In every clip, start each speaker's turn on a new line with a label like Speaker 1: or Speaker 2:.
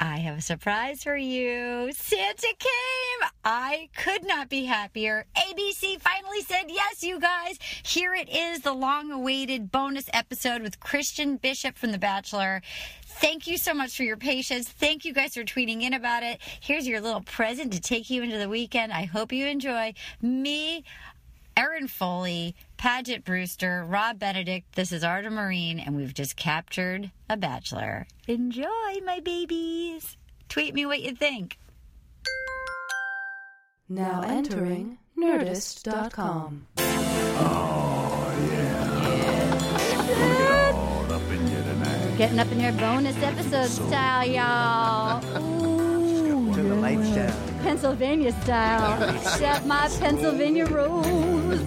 Speaker 1: I have a surprise for you. Santa came. I could not be happier. ABC finally said yes, you guys. Here it is the long awaited bonus episode with Christian Bishop from The Bachelor. Thank you so much for your patience. Thank you guys for tweeting in about it. Here's your little present to take you into the weekend. I hope you enjoy. Me, Erin Foley, Paget Brewster, Rob Benedict. This is Arda Marine, and we've just captured a bachelor. Enjoy, my babies. Tweet me what you think.
Speaker 2: Now entering Nerdist.com.
Speaker 1: We're getting up in here, bonus episode style, y'all. Ooh,
Speaker 3: Turn the lights down.
Speaker 1: Pennsylvania style. Set my Pennsylvania rules.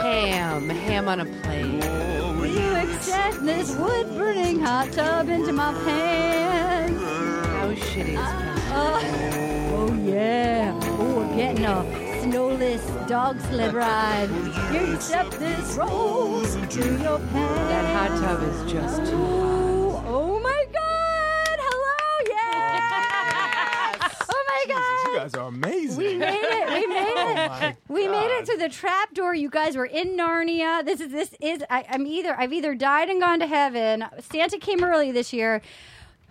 Speaker 2: Ham, ham on a plate.
Speaker 1: You extend this wood burning hot tub into my pants.
Speaker 2: How shitty is that?
Speaker 1: Oh, oh yeah. Oh, we're getting a snowless dog sled ride. You accept this rose to your pants.
Speaker 2: That hot tub is just too
Speaker 1: Oh, oh my God! Hello, yeah! Oh my God!
Speaker 4: You guys are amazing. Oh
Speaker 1: We made it! We made it! we made it to the trap door. You guys were in Narnia. This is this is. I, I'm either I've either died and gone to heaven. Santa came early this year.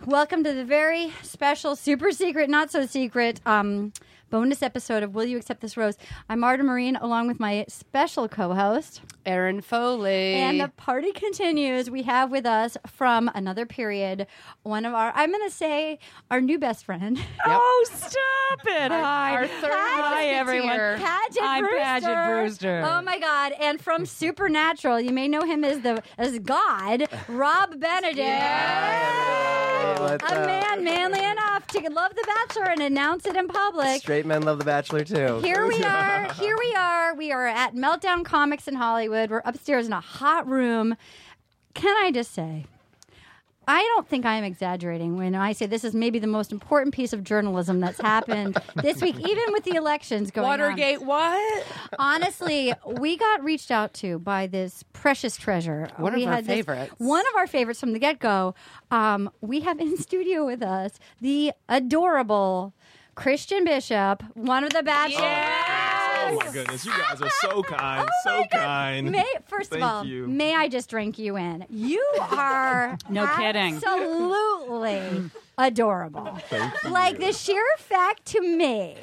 Speaker 1: Welcome to the very special, super secret, not so secret. Um, bonus episode of Will You Accept This Rose? I'm Marta Marine, along with my special co-host.
Speaker 2: Aaron Foley.
Speaker 1: And the party continues. We have with us from another period one of our, I'm going to say, our new best friend.
Speaker 5: Oh, stop it! Hi,
Speaker 2: our third
Speaker 5: hi,
Speaker 2: musketeer.
Speaker 5: everyone.
Speaker 1: Paget
Speaker 5: I'm
Speaker 1: Brewster.
Speaker 5: Paget Brewster.
Speaker 1: Oh my God! And from Supernatural, you may know him as the as God, Rob Benedict.
Speaker 3: What's
Speaker 1: A
Speaker 3: up?
Speaker 1: man manly enough to love The Bachelor and announce it in public.
Speaker 3: Straight men love The Bachelor too.
Speaker 1: Here we are. Here we are. We are at Meltdown Comics in Hollywood. We're upstairs in a hot room. Can I just say, I don't think I'm exaggerating when I say this is maybe the most important piece of journalism that's happened this week, even with the elections going on.
Speaker 5: Watergate, what?
Speaker 1: Honestly, we got reached out to by this precious treasure.
Speaker 2: One of
Speaker 1: we
Speaker 2: our
Speaker 1: had this-
Speaker 2: favorites.
Speaker 1: one of our favorites from the get go. Um, we have in studio with us the adorable Christian Bishop, one of the Bachelor.
Speaker 4: Oh my goodness, you guys are so kind,
Speaker 1: Oh
Speaker 4: so
Speaker 1: my God.
Speaker 4: kind.
Speaker 1: May, first
Speaker 4: Thank
Speaker 1: of all,
Speaker 4: you.
Speaker 1: may I just drink you in? You are
Speaker 5: No kidding.
Speaker 1: absolutely adorable.
Speaker 4: Thank you.
Speaker 1: Like the sheer fact to me,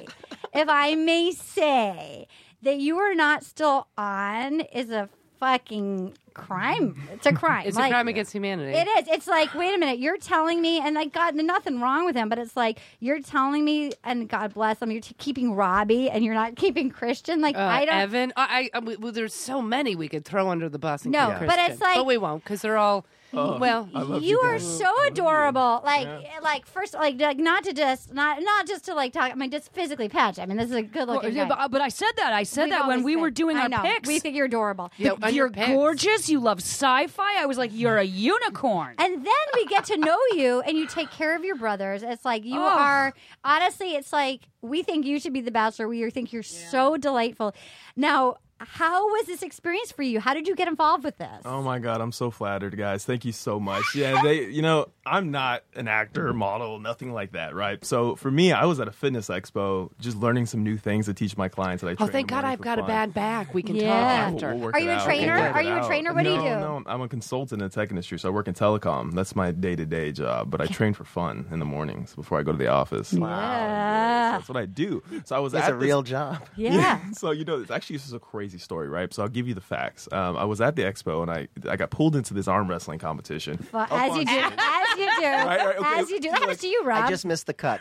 Speaker 1: if I may say, that you are not still on is a fucking crime. It's a crime.
Speaker 2: it's
Speaker 1: Like,
Speaker 2: a crime against humanity.
Speaker 1: it is. It's like, wait a minute, you're telling me, and like, God, nothing wrong with him, but it's like, you're telling me, and God bless him, you're t- keeping Robbie and you're not keeping Christian. Like,
Speaker 2: Uh,
Speaker 1: I don't.
Speaker 2: Evan, I, I, we- well, there's so many we could throw under the bus. and
Speaker 1: No,
Speaker 2: keep
Speaker 1: but
Speaker 2: Kristen.
Speaker 1: it's like-
Speaker 2: but we won't because they're all well.
Speaker 4: I love
Speaker 1: you,
Speaker 4: you
Speaker 1: are
Speaker 4: guys.
Speaker 1: so adorable. Like, like first, like, like not to just not not just to like talk. I mean, just physically patch. I mean, this is a good
Speaker 5: Well,
Speaker 1: looking.
Speaker 5: yeah, but, but I said that. I said that when we were doing
Speaker 1: I
Speaker 5: our
Speaker 1: know.
Speaker 5: picks.
Speaker 1: We think you're adorable.
Speaker 2: Yeah, on your
Speaker 5: you're
Speaker 2: picks.
Speaker 5: gorgeous. You love sci-fi. I was like, you're a unicorn.
Speaker 1: And then we get to know you, and you take care of your brothers. It's like you
Speaker 5: Oh.
Speaker 1: are honestly. It's like we think you should be the bachelor. We think you're so delightful. Now, how was this experience for you? How did you get involved with this?
Speaker 4: Oh my god, I'm so flattered, guys. Thank you so much. Yeah, they, you know, I'm not an actor, model, nothing like that, right? So for me, I was at a fitness expo, just learning some new things to teach my clients. That I
Speaker 2: oh,
Speaker 4: train
Speaker 2: thank
Speaker 4: them
Speaker 2: God
Speaker 4: on
Speaker 2: I've
Speaker 4: for
Speaker 2: got a
Speaker 4: fun.
Speaker 2: bad back. We can
Speaker 1: Yeah.
Speaker 2: talk
Speaker 4: We'll-
Speaker 2: after.
Speaker 4: we'll work
Speaker 1: Are
Speaker 4: it
Speaker 1: you a
Speaker 4: out.
Speaker 1: trainer?
Speaker 4: We'll work
Speaker 1: Are
Speaker 4: it
Speaker 1: you a
Speaker 4: out.
Speaker 1: trainer? What do you
Speaker 4: No,
Speaker 1: do?
Speaker 4: No, I'm- I'm a consultant in the tech industry, so I work in telecom. That's my day to day job, but I train for fun in the mornings before I go to the office. Wow.
Speaker 1: Yeah.
Speaker 4: That's what I do. So I was
Speaker 3: It's
Speaker 4: at
Speaker 3: a
Speaker 4: this-
Speaker 3: real job.
Speaker 1: Uh, yeah.
Speaker 4: so you know, it's actually this is a crazy story, right? So I'll give you the facts. Um, I was at the expo and I I got pulled into this arm wrestling competition.
Speaker 1: Well,
Speaker 4: Up
Speaker 1: as
Speaker 4: on
Speaker 1: you do,
Speaker 4: stage.
Speaker 1: as you do,
Speaker 4: Right, right, okay,
Speaker 1: as you do. That
Speaker 4: like-
Speaker 1: happens to you, Rob.
Speaker 3: I just missed the cut.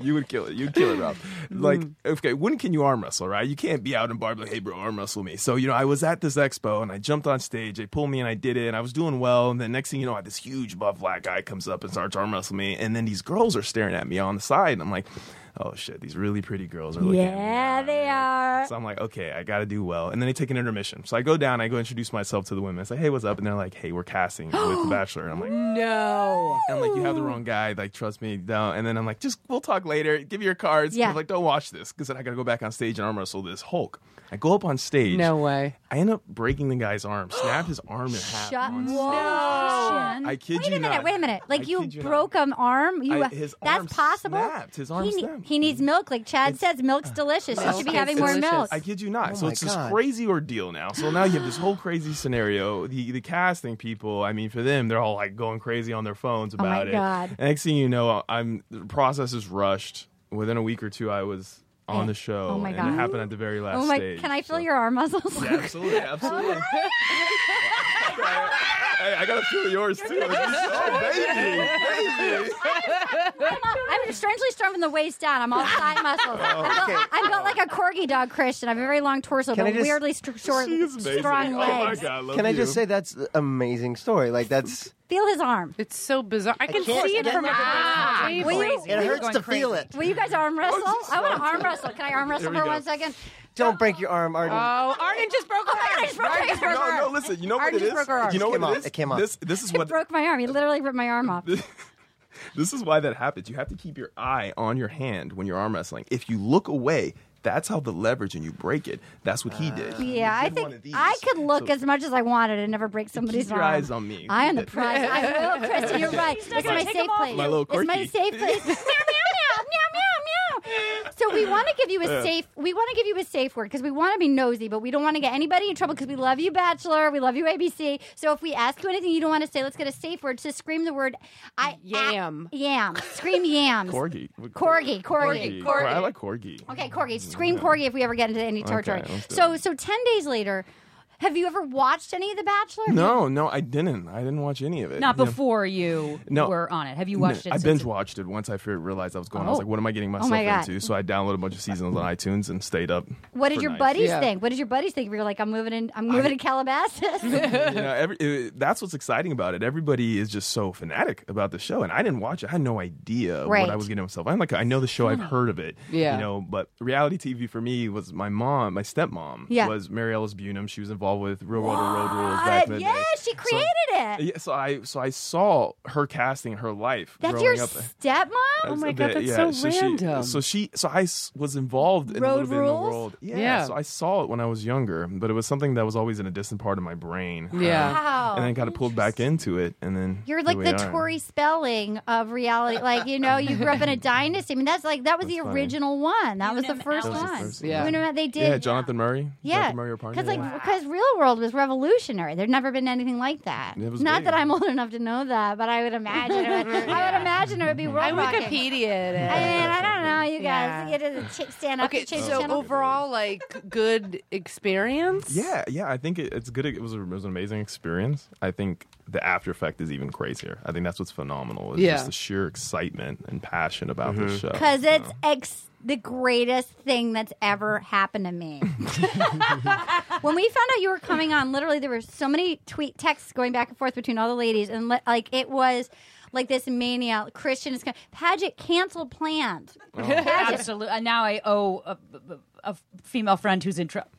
Speaker 4: you would kill it. You'd kill it, Rob. Like, okay, when can you arm wrestle, right? You can't be out in bar like, hey, bro, arm wrestle me. So, you know, I was at this expo and I jumped on stage. They pulled me and I did it. And I was doing well. And then next thing you know, I had this huge buff black guy comes up and starts arm wrestling me. And then these girls are staring at me on the side. And I'm like, oh, shit, these really pretty girls are looking at me.
Speaker 1: yeah, they are.
Speaker 4: So I'm like, okay, I got to do well. And then they take an intermission. So I go down, I go introduce myself to the women. I say, hey, what's up? And they're like, hey, we're casting with The Bachelor. And I'm like,
Speaker 5: no.
Speaker 4: and I'm like, you have the wrong guy. Like, trust me. No. And then I'm like, just we'll talk later. Give me your cards.
Speaker 6: Yeah.
Speaker 4: I was like, don't watch this because then I got to go back on stage and arm wrestle this Hulk. I go up on stage.
Speaker 2: No way.
Speaker 4: I end up breaking the guy's arm, snap his arm in half.
Speaker 6: Shut
Speaker 4: on
Speaker 6: up.
Speaker 4: stage. I kid
Speaker 1: Wait
Speaker 4: you
Speaker 1: a minute,
Speaker 4: not.
Speaker 1: wait a minute.
Speaker 4: I
Speaker 1: Like you,
Speaker 4: kid not.
Speaker 1: broke an arm. You
Speaker 4: I- his
Speaker 1: that's
Speaker 4: arm
Speaker 1: possible.
Speaker 4: snapped. His arm
Speaker 1: he, ne-
Speaker 4: snapped.
Speaker 1: he needs milk. Like Chad says, milk's delicious. You should be
Speaker 2: is
Speaker 1: having more
Speaker 2: delicious.
Speaker 1: milk.
Speaker 4: I kid you not.
Speaker 3: Oh
Speaker 4: so
Speaker 3: my
Speaker 4: it's this
Speaker 3: God.
Speaker 4: crazy ordeal now. So now you have this whole crazy scenario. The the casting people, I mean, for them, they're all like going crazy on their phones
Speaker 1: Oh my
Speaker 4: about it.
Speaker 1: God.
Speaker 4: And next thing you know, I'm the process is rushed. Within a week or two, I was on the show.
Speaker 1: Oh my
Speaker 4: And
Speaker 1: God.
Speaker 4: it happened at the very last
Speaker 1: oh my!
Speaker 4: stage.
Speaker 1: can I feel
Speaker 4: so-
Speaker 1: your Oh arm muscles?
Speaker 4: Yeah, absolutely, absolutely. hey, I gotta feel yours too. Oh, baby, baby.
Speaker 1: I'm strangely strong from the waist down. I'm all side
Speaker 4: Oh,
Speaker 1: muscles. I'm, built, I'm built like a corgi dog, Christian. I have a very long torso,
Speaker 3: Can I
Speaker 1: but
Speaker 3: just-
Speaker 1: weirdly st- short,
Speaker 4: She is amazing.
Speaker 1: strong
Speaker 4: Oh my
Speaker 1: legs.
Speaker 4: God, I love
Speaker 3: Can I just
Speaker 4: you.
Speaker 3: say that's an amazing story? Like that's
Speaker 1: Feel his arm.
Speaker 2: It's so bizarre. I can
Speaker 3: can't-
Speaker 2: see it
Speaker 3: that-
Speaker 2: from
Speaker 5: Ah,
Speaker 2: everybody's
Speaker 5: will
Speaker 2: table.
Speaker 5: you-
Speaker 3: it hurts
Speaker 5: going
Speaker 3: to
Speaker 5: crazy.
Speaker 3: feel it.
Speaker 1: Will you guys arm wrestle? I want to arm wrestle. Can I arm wrestle
Speaker 4: Oh, we
Speaker 1: for
Speaker 4: go.
Speaker 1: one second?
Speaker 3: Don't break your arm, Arden.
Speaker 2: Oh, Arden just broke her
Speaker 1: I
Speaker 2: arm.
Speaker 1: just broke my arm.
Speaker 4: No, no, listen. You know what
Speaker 1: Arden
Speaker 4: it
Speaker 1: just
Speaker 4: is.
Speaker 1: broke her arm.
Speaker 4: You know
Speaker 3: It came
Speaker 4: what
Speaker 3: off,
Speaker 4: it is.
Speaker 3: it came off.
Speaker 4: This this is
Speaker 1: It
Speaker 4: what
Speaker 1: broke my arm. He literally ripped my arm off.
Speaker 4: this is why that happens. You have to keep your eye on your hand when you're arm wrestling. If you look away, that's how the leverage and you break it. That's what he did.
Speaker 1: Yeah,
Speaker 4: He
Speaker 1: I
Speaker 4: did one of
Speaker 1: think
Speaker 4: these.
Speaker 1: I could look
Speaker 4: So
Speaker 1: as much as I wanted and never break somebody's
Speaker 4: Keep your
Speaker 1: arm.
Speaker 4: eyes on me.
Speaker 1: I am the prize. I will, Kristen. You're right. It's
Speaker 5: gonna
Speaker 1: my
Speaker 5: take
Speaker 1: safe
Speaker 5: them off
Speaker 1: place.
Speaker 4: My little
Speaker 1: it's my
Speaker 4: corky.
Speaker 1: safe place. meow, meow, meow, meow, meow, meow. So we want to give you a safe. We want to give you a safe word because we want to be nosy, but we don't want to get anybody in trouble because we love you, Bachelor. We love you, ABC. So if we ask you anything you don't want to say, let's get a safe word. Just scream the word. I
Speaker 2: Yam.
Speaker 1: yam. Scream yams.
Speaker 4: corgi.
Speaker 1: Corgi, corgi, corgi.
Speaker 4: Cor- I like corgi.
Speaker 1: Okay, Corgi. Scream Corgi if we ever get into any territory.
Speaker 4: Mm, let's do
Speaker 1: so, so ten days later, have you ever watched any of The Bachelor?
Speaker 4: No, no, I didn't. I didn't watch any of it.
Speaker 5: Not
Speaker 4: You know,
Speaker 5: before you
Speaker 4: No.
Speaker 5: were on it. Have you watched it?
Speaker 4: I
Speaker 5: since
Speaker 4: binge watched it once I figured- realized I was going. I was
Speaker 5: Oh.
Speaker 4: like, "What am I getting myself
Speaker 1: my God.
Speaker 4: into?" So I downloaded a bunch of seasons on iTunes and stayed up.
Speaker 1: What did
Speaker 4: for
Speaker 1: your
Speaker 4: nights.
Speaker 1: buddies
Speaker 2: Yeah.
Speaker 1: think? What did your buddies think? We were like, I'm moving in. I'm moving to Calabasas.
Speaker 4: you know, every, it, that's what's exciting about it. Everybody is just so fanatic about the show, and I didn't watch it. I had no idea
Speaker 1: Right.
Speaker 4: what I was getting myself. I'm like, I know the show, I've heard of it,
Speaker 2: Yeah.
Speaker 4: you know. But reality TV for me was my mom, my stepmom,
Speaker 1: Yeah.
Speaker 4: was Mary Ellis Bunham. She was involved with Real World or Road Rules back in the
Speaker 1: yeah,
Speaker 4: day. uh,
Speaker 1: she created it.
Speaker 4: Yeah, so I so I saw her casting her life.
Speaker 1: That's
Speaker 4: growing
Speaker 1: your
Speaker 4: up.
Speaker 1: stepmom.
Speaker 4: Oh
Speaker 2: my God, that's so random.
Speaker 4: She, so she, so I s- was involved in a
Speaker 1: Road
Speaker 4: little bit in
Speaker 1: rules?
Speaker 4: the world. Yeah,
Speaker 2: Yeah.
Speaker 4: So I saw it when I was younger, but it was something that was always in a distant part of my brain.
Speaker 2: Yeah.
Speaker 1: Wow.
Speaker 4: And then kind of pulled back into it, and then
Speaker 1: Oh, You're
Speaker 4: here
Speaker 1: like
Speaker 4: we
Speaker 1: the
Speaker 4: are.
Speaker 1: Tory Spelling of reality. Like you know, you grew up in a dynasty. I mean, that's like that was the
Speaker 4: That's funny.
Speaker 1: original one. That was the
Speaker 5: Unum
Speaker 1: first
Speaker 5: That was
Speaker 4: the
Speaker 1: one.
Speaker 4: first
Speaker 2: one. Yeah.
Speaker 1: You know what they did.
Speaker 4: Yeah, Jonathan Murray.
Speaker 1: Yeah,
Speaker 4: Jonathan Murray or partner.
Speaker 1: because like
Speaker 4: yeah.
Speaker 1: because Real World was revolutionary. There'd never been anything like that.
Speaker 4: It was
Speaker 1: Not
Speaker 4: big.
Speaker 1: that I'm old enough to know that, but I would imagine. It would, I would imagine it would be world
Speaker 2: I
Speaker 1: rocking.
Speaker 2: Wikipedia
Speaker 1: I
Speaker 2: it.
Speaker 1: mean, I don't know, you guys.
Speaker 2: Yeah.
Speaker 1: It is a ch- stand up.
Speaker 2: Okay,
Speaker 1: change
Speaker 2: so
Speaker 1: channel.
Speaker 2: overall, like, good experience?
Speaker 4: yeah, yeah. I think it, it's good. It was, a, it was an amazing experience. I think the after effect is even crazier. I think that's what's phenomenal. Is
Speaker 2: Yeah. Mm-hmm.
Speaker 4: just the sheer excitement and passion about this show.
Speaker 1: because it's
Speaker 4: Oh.
Speaker 1: ex- the greatest thing that's ever happened to me. when we found out you were coming on, literally there were so many tweet texts going back and forth between all the ladies, and li- like it was like this mania. Christian is going, Paget canceled plans.
Speaker 5: Absolutely. And now I owe a, a- a female friend who's in trouble.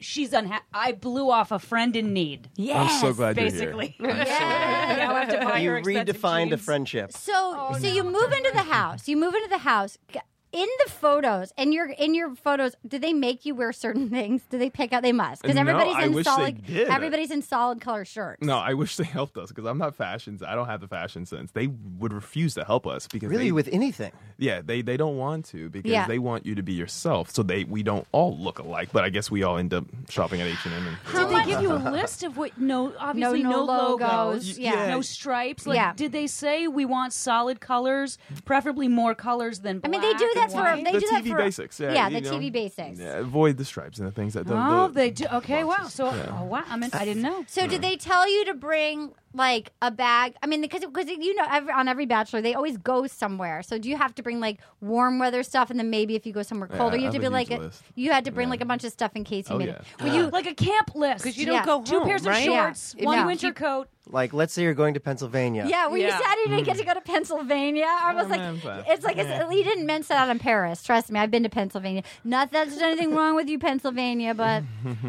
Speaker 5: She's unhappy. I blew off a friend in need.
Speaker 4: I'm so glad
Speaker 5: Basically,
Speaker 4: you're here.
Speaker 5: now I have to buy
Speaker 3: You
Speaker 5: her expensive
Speaker 3: redefined a
Speaker 5: jeans.
Speaker 3: friendship.
Speaker 1: So
Speaker 4: Oh,
Speaker 1: so you move into the house. You move into the house. G- In the photos, in your in your photos, do they make you wear certain things? Do they pick out? They must because
Speaker 4: No,
Speaker 1: everybody's
Speaker 4: I
Speaker 1: in
Speaker 4: wish they
Speaker 1: solid.
Speaker 4: did.
Speaker 1: Everybody's in solid color shirts.
Speaker 4: No, I wish they helped us because I'm not fashion. I don't have the fashion sense. They would refuse to help us because
Speaker 3: Really,
Speaker 4: they,
Speaker 3: with anything.
Speaker 4: yeah, they they don't want to because
Speaker 1: Yeah.
Speaker 4: they want you to be yourself. So they we don't all look alike, but I guess we all end up shopping at H and M.
Speaker 5: Did they give you a list of what? No, obviously
Speaker 1: no
Speaker 5: no,
Speaker 1: logos,
Speaker 5: logos.
Speaker 1: Y- yeah.
Speaker 5: no stripes. Like,
Speaker 1: Yeah.
Speaker 5: did they say we want solid colors, preferably more colors than?
Speaker 1: I
Speaker 5: Black
Speaker 1: mean, they do that
Speaker 5: and
Speaker 1: for-
Speaker 5: white?
Speaker 1: they
Speaker 4: the
Speaker 1: do
Speaker 4: TV
Speaker 1: that for-
Speaker 4: basics. Yeah,
Speaker 1: yeah,
Speaker 4: you
Speaker 1: the
Speaker 4: know?
Speaker 1: TV basics.
Speaker 4: Yeah, avoid the stripes and the things that. The,
Speaker 5: Oh,
Speaker 4: the-
Speaker 5: they do. Okay, wow. So, oh wow. I mean, I didn't know.
Speaker 1: So did they tell you to bring like a bag? I mean, because because you know, every, on every bachelor they always go somewhere. So do you have to bring like warm weather stuff, and then maybe if you go somewhere
Speaker 4: Yeah,
Speaker 1: colder,
Speaker 4: I
Speaker 1: you have to
Speaker 4: have
Speaker 1: be
Speaker 4: a
Speaker 1: like
Speaker 4: huge
Speaker 1: a,
Speaker 4: list.
Speaker 1: you had to bring like a bunch of stuff in case you
Speaker 4: Oh,
Speaker 1: made
Speaker 4: yeah.
Speaker 1: it. Were you
Speaker 5: like a camp list?
Speaker 2: Because you don't
Speaker 1: Yeah.
Speaker 2: go home,
Speaker 5: two pairs
Speaker 2: right?
Speaker 5: of shorts,
Speaker 1: Yeah.
Speaker 5: one
Speaker 1: Yeah.
Speaker 5: winter coat.
Speaker 3: Like, let's say you're going to Pennsylvania.
Speaker 1: Yeah, were
Speaker 2: Yeah.
Speaker 1: you sad you didn't
Speaker 4: Mm.
Speaker 1: get to go to Pennsylvania? I was like,
Speaker 4: man, but-
Speaker 1: it's like it's, you didn't mince it out in Paris. Trust me, I've been to Pennsylvania. Not that there's anything wrong with you, Pennsylvania,
Speaker 4: Mm.
Speaker 1: but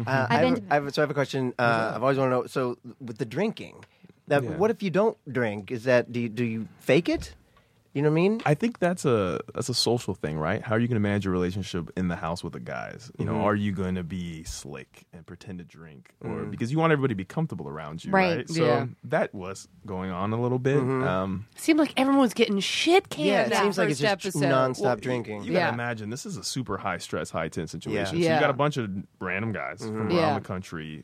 Speaker 3: Uh, I
Speaker 1: been
Speaker 3: have,
Speaker 1: to-
Speaker 3: I have, so I have a question. Uh, I've always wanted to know. So with the drinking, that what if you don't drink? Is that do you, do you fake it? You know what I mean?
Speaker 4: I think that's a that's a social thing, right? How are you going to manage your relationship in the house with the guys? You know,
Speaker 1: Mm-hmm.
Speaker 4: are you going to be slick and pretend to drink, or because you want everybody to be comfortable around you,
Speaker 1: Mm. Right. Mm-hmm.
Speaker 4: right? So
Speaker 2: Yeah.
Speaker 4: that was going on a little bit. Um,
Speaker 2: Seemed like everyone's getting shit canned.
Speaker 3: yeah, it
Speaker 2: that
Speaker 3: seems
Speaker 2: first
Speaker 3: like it's just
Speaker 2: episode.
Speaker 3: nonstop
Speaker 4: well,
Speaker 3: drinking.
Speaker 4: You gotta
Speaker 2: Yeah.
Speaker 4: imagine this is a super high stress, high tense situation. So
Speaker 2: Yeah.
Speaker 4: you got a bunch of random guys
Speaker 1: Mm-hmm.
Speaker 4: from around
Speaker 2: Yeah.
Speaker 4: the country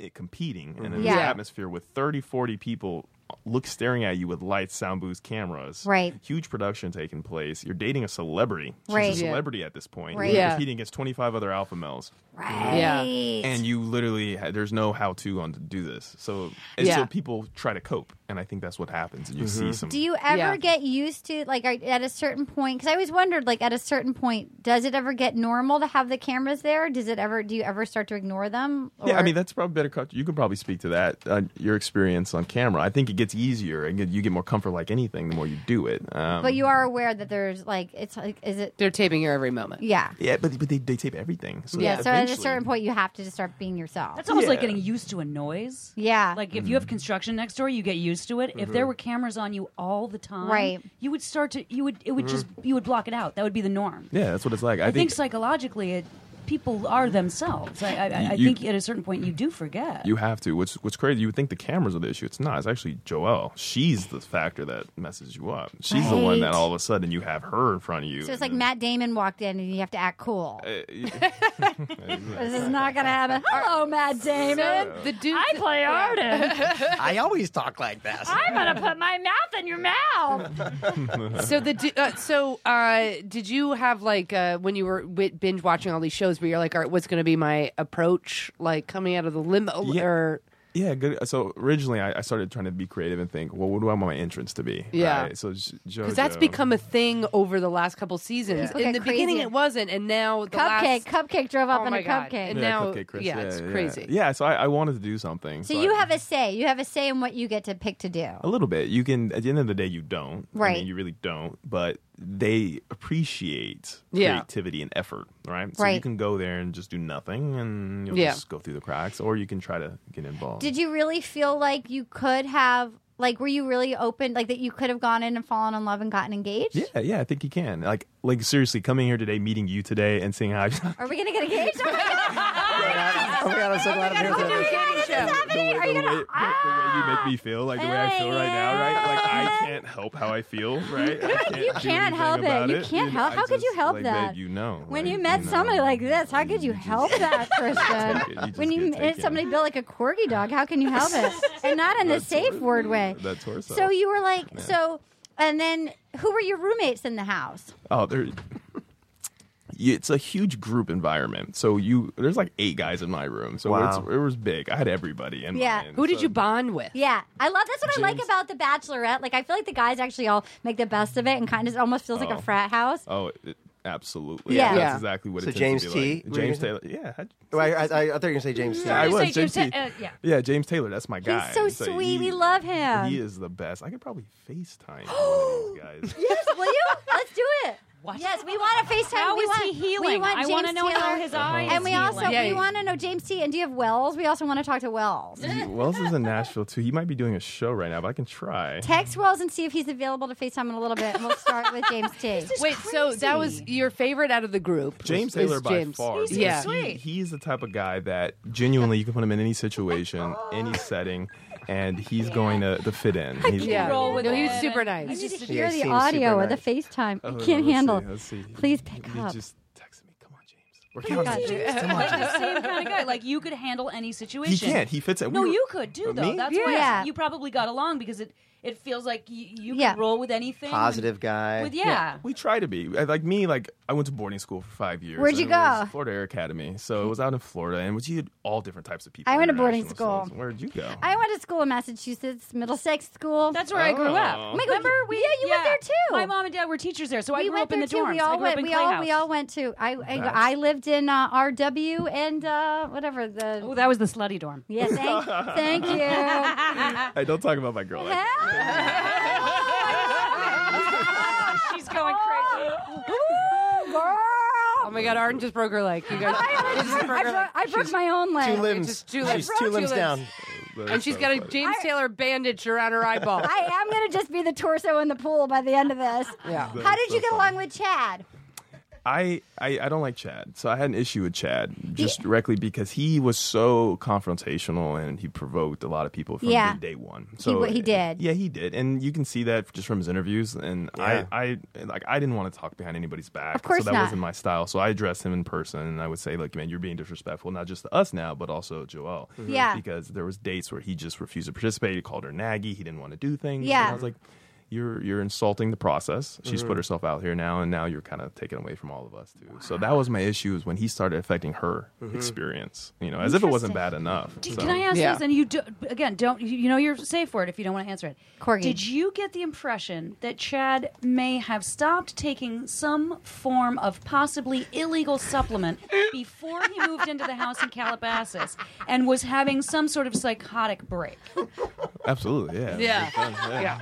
Speaker 4: eh, competing in an
Speaker 1: Mm-hmm. Yeah.
Speaker 4: atmosphere with 30, 40 people look staring at you with lights, sound booths, cameras.
Speaker 1: Right.
Speaker 4: Huge production taking place. You're dating a celebrity. She's
Speaker 1: Right.
Speaker 4: a
Speaker 1: Yeah.
Speaker 4: celebrity at this point.
Speaker 1: Right.
Speaker 4: You're
Speaker 2: Yeah.
Speaker 4: competing against 25 other alpha males.
Speaker 1: Right.
Speaker 2: Yeah.
Speaker 4: And you literally, ha- there's no how to on to do this. So, and
Speaker 2: Yeah.
Speaker 4: so people try to cope. And I think that's what happens. And you see some.
Speaker 1: Do you ever
Speaker 2: Yeah.
Speaker 1: get used to like are- at a certain point? Because I always wondered, like at a certain point, does it ever get normal to have the cameras there? Does it ever? Do you ever start to ignore them?
Speaker 4: Yeah, I
Speaker 1: Or-
Speaker 4: mean that's probably better. cut- You could probably speak to that uh, your experience on camera. I think it gets easier and get- you get more comfort like anything the more you do it. Um,
Speaker 1: but you are aware that there's like it's like is it?
Speaker 2: They're taping her every moment.
Speaker 1: Yeah.
Speaker 4: yeah, but, but they, they tape everything. So
Speaker 1: Yeah. So at a
Speaker 4: eventually-
Speaker 1: certain point, you have to just start being yourself.
Speaker 5: That's almost like
Speaker 4: Yeah. Mm-hmm.
Speaker 5: getting used to a noise.
Speaker 1: Yeah.
Speaker 5: Like if you have construction next door, you get used to it. If there were cameras on you all the time,
Speaker 1: Right.
Speaker 5: you would start to you would it would just
Speaker 4: Mm-hmm.
Speaker 5: you would block it out. That would be the norm.
Speaker 4: yeah, that's what it's like. I,
Speaker 5: I think psychologically it people are themselves. I, I, I
Speaker 4: You-
Speaker 5: think at a certain point you do forget.
Speaker 4: you have to. What's what's crazy? You would think the cameras are the issue. It's not. It's actually Joelle. She's the factor that messes you up. She's the one that
Speaker 1: Right.
Speaker 4: all of a sudden you have her in front of you.
Speaker 1: So it's
Speaker 4: and
Speaker 1: like
Speaker 4: then-
Speaker 1: Matt Damon walked in and you have to act cool.
Speaker 4: Uh,
Speaker 1: This is not gonna happen. Hello, Matt Damon.
Speaker 2: The dude.
Speaker 5: play artist.
Speaker 3: I always talk like that.
Speaker 5: I'm gonna put my mouth in your mouth.
Speaker 2: So the du- uh, so uh, did you have like uh, when you were wi- binge watching all these shows where you're like, all right, what's going to be my approach like coming out of the limo
Speaker 4: Yeah.
Speaker 2: or
Speaker 3: Oh,
Speaker 4: Yeah, good. So originally, I, I started trying to be creative and think, well, what do I want my entrance to be?
Speaker 2: Yeah.
Speaker 4: Right? So j- JoJo.
Speaker 2: because that's become a thing over the last couple seasons.
Speaker 1: Yeah.
Speaker 2: In the
Speaker 1: Get
Speaker 2: beginning,
Speaker 1: crazy.
Speaker 2: it wasn't, and now the
Speaker 1: Cupcake.
Speaker 2: last
Speaker 1: Cupcake drove up
Speaker 2: Oh
Speaker 1: in
Speaker 2: my
Speaker 1: a
Speaker 2: God.
Speaker 1: cupcake.
Speaker 2: And now- yeah, it's crazy.
Speaker 4: Yeah, so I, I wanted to do something.
Speaker 1: So you
Speaker 4: I-
Speaker 1: have a say. You have a say in what you get to pick to do.
Speaker 4: a little bit. You can at the end of the day, you don't. I
Speaker 1: Right.
Speaker 4: mean, you really don't. But they appreciate
Speaker 2: Yeah.
Speaker 4: creativity and effort, right? So you
Speaker 1: Right.
Speaker 4: can go there and just do nothing, and you'll
Speaker 2: Yeah.
Speaker 4: just go through the cracks, or you can try to get involved.
Speaker 1: Did you really feel like you could have, like, were you really open, like that you could have gone in and fallen in love and gotten engaged?
Speaker 4: yeah, yeah, I think you can. Like, like seriously, coming here today, meeting you today, and seeing how I,
Speaker 1: Are we gonna get engaged? Oh my God.
Speaker 3: Oh my god, I'm so glad I'm here for
Speaker 2: new
Speaker 3: that.
Speaker 2: dating show.
Speaker 4: the way,
Speaker 1: happening? Are
Speaker 4: the
Speaker 1: you
Speaker 4: way-
Speaker 1: gonna?
Speaker 4: the- the way you make me feel, like the way I feel right now, right? Like I can't help how I feel, right? I can't you
Speaker 1: can't help it. You can't help- how could you help
Speaker 4: like,
Speaker 1: that?
Speaker 4: babe, you know,
Speaker 1: When
Speaker 4: like,
Speaker 1: you met
Speaker 4: know.
Speaker 1: somebody like this, how could you help that
Speaker 4: take it. You
Speaker 1: person?
Speaker 4: just
Speaker 1: When you
Speaker 4: get
Speaker 1: met
Speaker 4: taken.
Speaker 1: somebody built like a corgi dog, how can you help it? And not in the
Speaker 4: That's
Speaker 1: safe
Speaker 4: horrible.
Speaker 1: word way.
Speaker 4: That's horrible.
Speaker 1: So you were like, so, and then who were your roommates in the house?
Speaker 4: Oh, there. Yeah, It's a huge group environment, so you there's like eight guys in my room, so
Speaker 3: Wow.
Speaker 4: it's, it was big. I had everybody in.
Speaker 1: Yeah.
Speaker 4: mine,
Speaker 2: who did
Speaker 4: so-
Speaker 2: you bond with?
Speaker 1: Yeah, I love that's what I like
Speaker 4: James-
Speaker 1: about the Bachelorette. Like, I feel like the guys actually all make the best of it, and kind of it almost feels like a
Speaker 4: Oh.
Speaker 1: frat house.
Speaker 4: Oh, it, absolutely.
Speaker 1: Yeah.
Speaker 4: that's
Speaker 2: Yeah.
Speaker 4: exactly what.
Speaker 3: So
Speaker 4: it tends
Speaker 3: James
Speaker 4: to be
Speaker 3: T?
Speaker 4: like.
Speaker 3: What were you
Speaker 4: James
Speaker 3: gonna
Speaker 4: Taylor. Yeah, I-
Speaker 3: Wait, I, I, I thought you were gonna say James. T.
Speaker 4: I
Speaker 5: you say
Speaker 4: was James.
Speaker 5: James
Speaker 4: T.
Speaker 5: Ta- uh, yeah.
Speaker 4: yeah, James Taylor. That's my guy.
Speaker 1: He's so sweet.
Speaker 4: he-
Speaker 1: we love him.
Speaker 4: He is the best. I could probably FaceTime one of these guys.
Speaker 1: Yes, will you? Let's do it.
Speaker 5: What?
Speaker 1: Yes, we want to FaceTime.
Speaker 5: How
Speaker 1: we
Speaker 5: is
Speaker 1: want,
Speaker 5: he healing?
Speaker 1: We want
Speaker 5: I
Speaker 1: want
Speaker 5: wanna know how his eye is
Speaker 1: And we also
Speaker 5: healing.
Speaker 2: Yeah,
Speaker 1: we
Speaker 2: yeah.
Speaker 1: want to know James T. And do you have Wells? We also want to talk to Wells.
Speaker 4: He- Wells is in Nashville too. He might be doing a show right now, but I can try.
Speaker 1: Text Wells and see if he's available to FaceTime in a little bit. And we'll start with James T.
Speaker 2: Wait, so that was
Speaker 5: crazy.
Speaker 2: your favorite out of the group?
Speaker 4: James
Speaker 2: was- was
Speaker 4: Taylor by
Speaker 2: James.
Speaker 4: far.
Speaker 5: He's so
Speaker 2: yeah.
Speaker 5: sweet.
Speaker 4: He, he's the type of guy that genuinely you can put him in any situation, any setting, and he's going to, to fit in. He's,
Speaker 2: Yeah.
Speaker 5: Roll with
Speaker 2: No, he was
Speaker 5: it.
Speaker 2: super nice.
Speaker 5: And I
Speaker 1: You need to
Speaker 5: just-
Speaker 1: hear
Speaker 3: Yeah, he
Speaker 1: the
Speaker 3: seems
Speaker 1: audio
Speaker 3: super
Speaker 1: of the
Speaker 3: nice.
Speaker 1: FaceTime.
Speaker 4: Oh,
Speaker 1: I can't
Speaker 4: let's
Speaker 1: handle.
Speaker 4: See, let's see.
Speaker 1: Please pick
Speaker 4: You
Speaker 1: up.
Speaker 4: Just text me. Come on, James. We're counting on James.
Speaker 5: Come on. You're the same kind of guy. Like you could handle any situation.
Speaker 4: He can't. He fits it.
Speaker 5: No,
Speaker 4: We were-
Speaker 5: you could too,
Speaker 4: Uh,
Speaker 5: though.
Speaker 4: me?
Speaker 5: That's
Speaker 1: Yeah.
Speaker 5: why
Speaker 1: Yeah.
Speaker 5: you probably got along because it it feels like you, you
Speaker 1: Yeah.
Speaker 5: can roll with anything.
Speaker 3: Positive guy.
Speaker 5: With, with yeah.
Speaker 4: We try to be Uh, like me. Like I went to boarding school for five years.
Speaker 1: Where'd you
Speaker 4: and it was
Speaker 1: go?
Speaker 4: Florida Air Academy. So it was out in Florida, and you had all different types of people.
Speaker 1: I went to boarding
Speaker 4: international
Speaker 1: school.
Speaker 4: students. Where'd you go?
Speaker 1: I went to school in Massachusetts, Middlesex School.
Speaker 5: That's where I grew
Speaker 4: Oh.
Speaker 5: up.
Speaker 4: Oh my
Speaker 1: God,
Speaker 5: Remember?
Speaker 1: you-
Speaker 5: We,
Speaker 1: yeah, you went there too.
Speaker 5: My mom and dad were teachers there, so I
Speaker 1: we
Speaker 5: grew
Speaker 1: went
Speaker 5: up in
Speaker 1: there
Speaker 5: the
Speaker 1: too.
Speaker 5: dorms.
Speaker 1: We all
Speaker 5: I grew
Speaker 1: went.
Speaker 5: up in
Speaker 1: we all we
Speaker 5: Clayhouse.
Speaker 1: all went to. I I, I
Speaker 4: That's-
Speaker 1: lived in uh, RW and uh, whatever the.
Speaker 5: Oh, that was the slutty dorm.
Speaker 1: yeah, thank, thank you.
Speaker 4: Hey, don't talk about my girl. like that.
Speaker 5: She's going crazy.
Speaker 2: Oh my God, Arden just broke her leg. You guys,
Speaker 1: I,
Speaker 2: you just broke
Speaker 1: I,
Speaker 2: her leg.
Speaker 1: broke, I broke my own leg.
Speaker 3: Two limbs.
Speaker 2: just two
Speaker 3: She's
Speaker 2: limbs.
Speaker 3: two limbs down.
Speaker 4: That
Speaker 2: and
Speaker 4: is
Speaker 2: she's
Speaker 4: so
Speaker 2: got a
Speaker 4: funny.
Speaker 2: James Taylor bandage around her eyeball.
Speaker 1: I am going to just be the torso in the pool by the end of this.
Speaker 2: Yeah.
Speaker 1: How did you get along with Chad?
Speaker 4: I, I I don't like Chad, so I had an issue with Chad just directly because he was so confrontational and he provoked a lot of people from
Speaker 1: Yeah.
Speaker 4: the day one. So eh,
Speaker 1: he did.
Speaker 4: Yeah, he did, and you can see that just from his interviews. And
Speaker 3: Yeah.
Speaker 4: I, I like I didn't want to talk behind anybody's back,
Speaker 1: Of course
Speaker 4: so that
Speaker 1: not.
Speaker 4: wasn't my style. So I addressed him in person, and I would say, "Look, man, you're being disrespectful, not just to us now, but also Joel.
Speaker 1: Yeah.
Speaker 4: because there was dates where he just refused to participate. He called her naggy. He didn't want to do things.
Speaker 1: Yeah.
Speaker 4: and I was like. You're you're insulting the process. She's
Speaker 2: Mm-hmm.
Speaker 4: put herself out here now, and now you're kind of taken away from all of us too. So that was my issue is when he started affecting her
Speaker 2: Mm-hmm.
Speaker 4: experience. You know, as if it wasn't bad enough.
Speaker 5: Do-
Speaker 4: So-
Speaker 5: Can I ask
Speaker 2: Yeah.
Speaker 5: this? And you do, again don't you you know your safe word if you don't want to answer it.
Speaker 1: Corgi.
Speaker 5: Did you get the impression that Chad may have stopped taking some form of possibly illegal supplement before he moved into the house in Calabasas and was having some sort of psychotic break?
Speaker 4: Absolutely, yeah.
Speaker 2: Yeah. Yeah.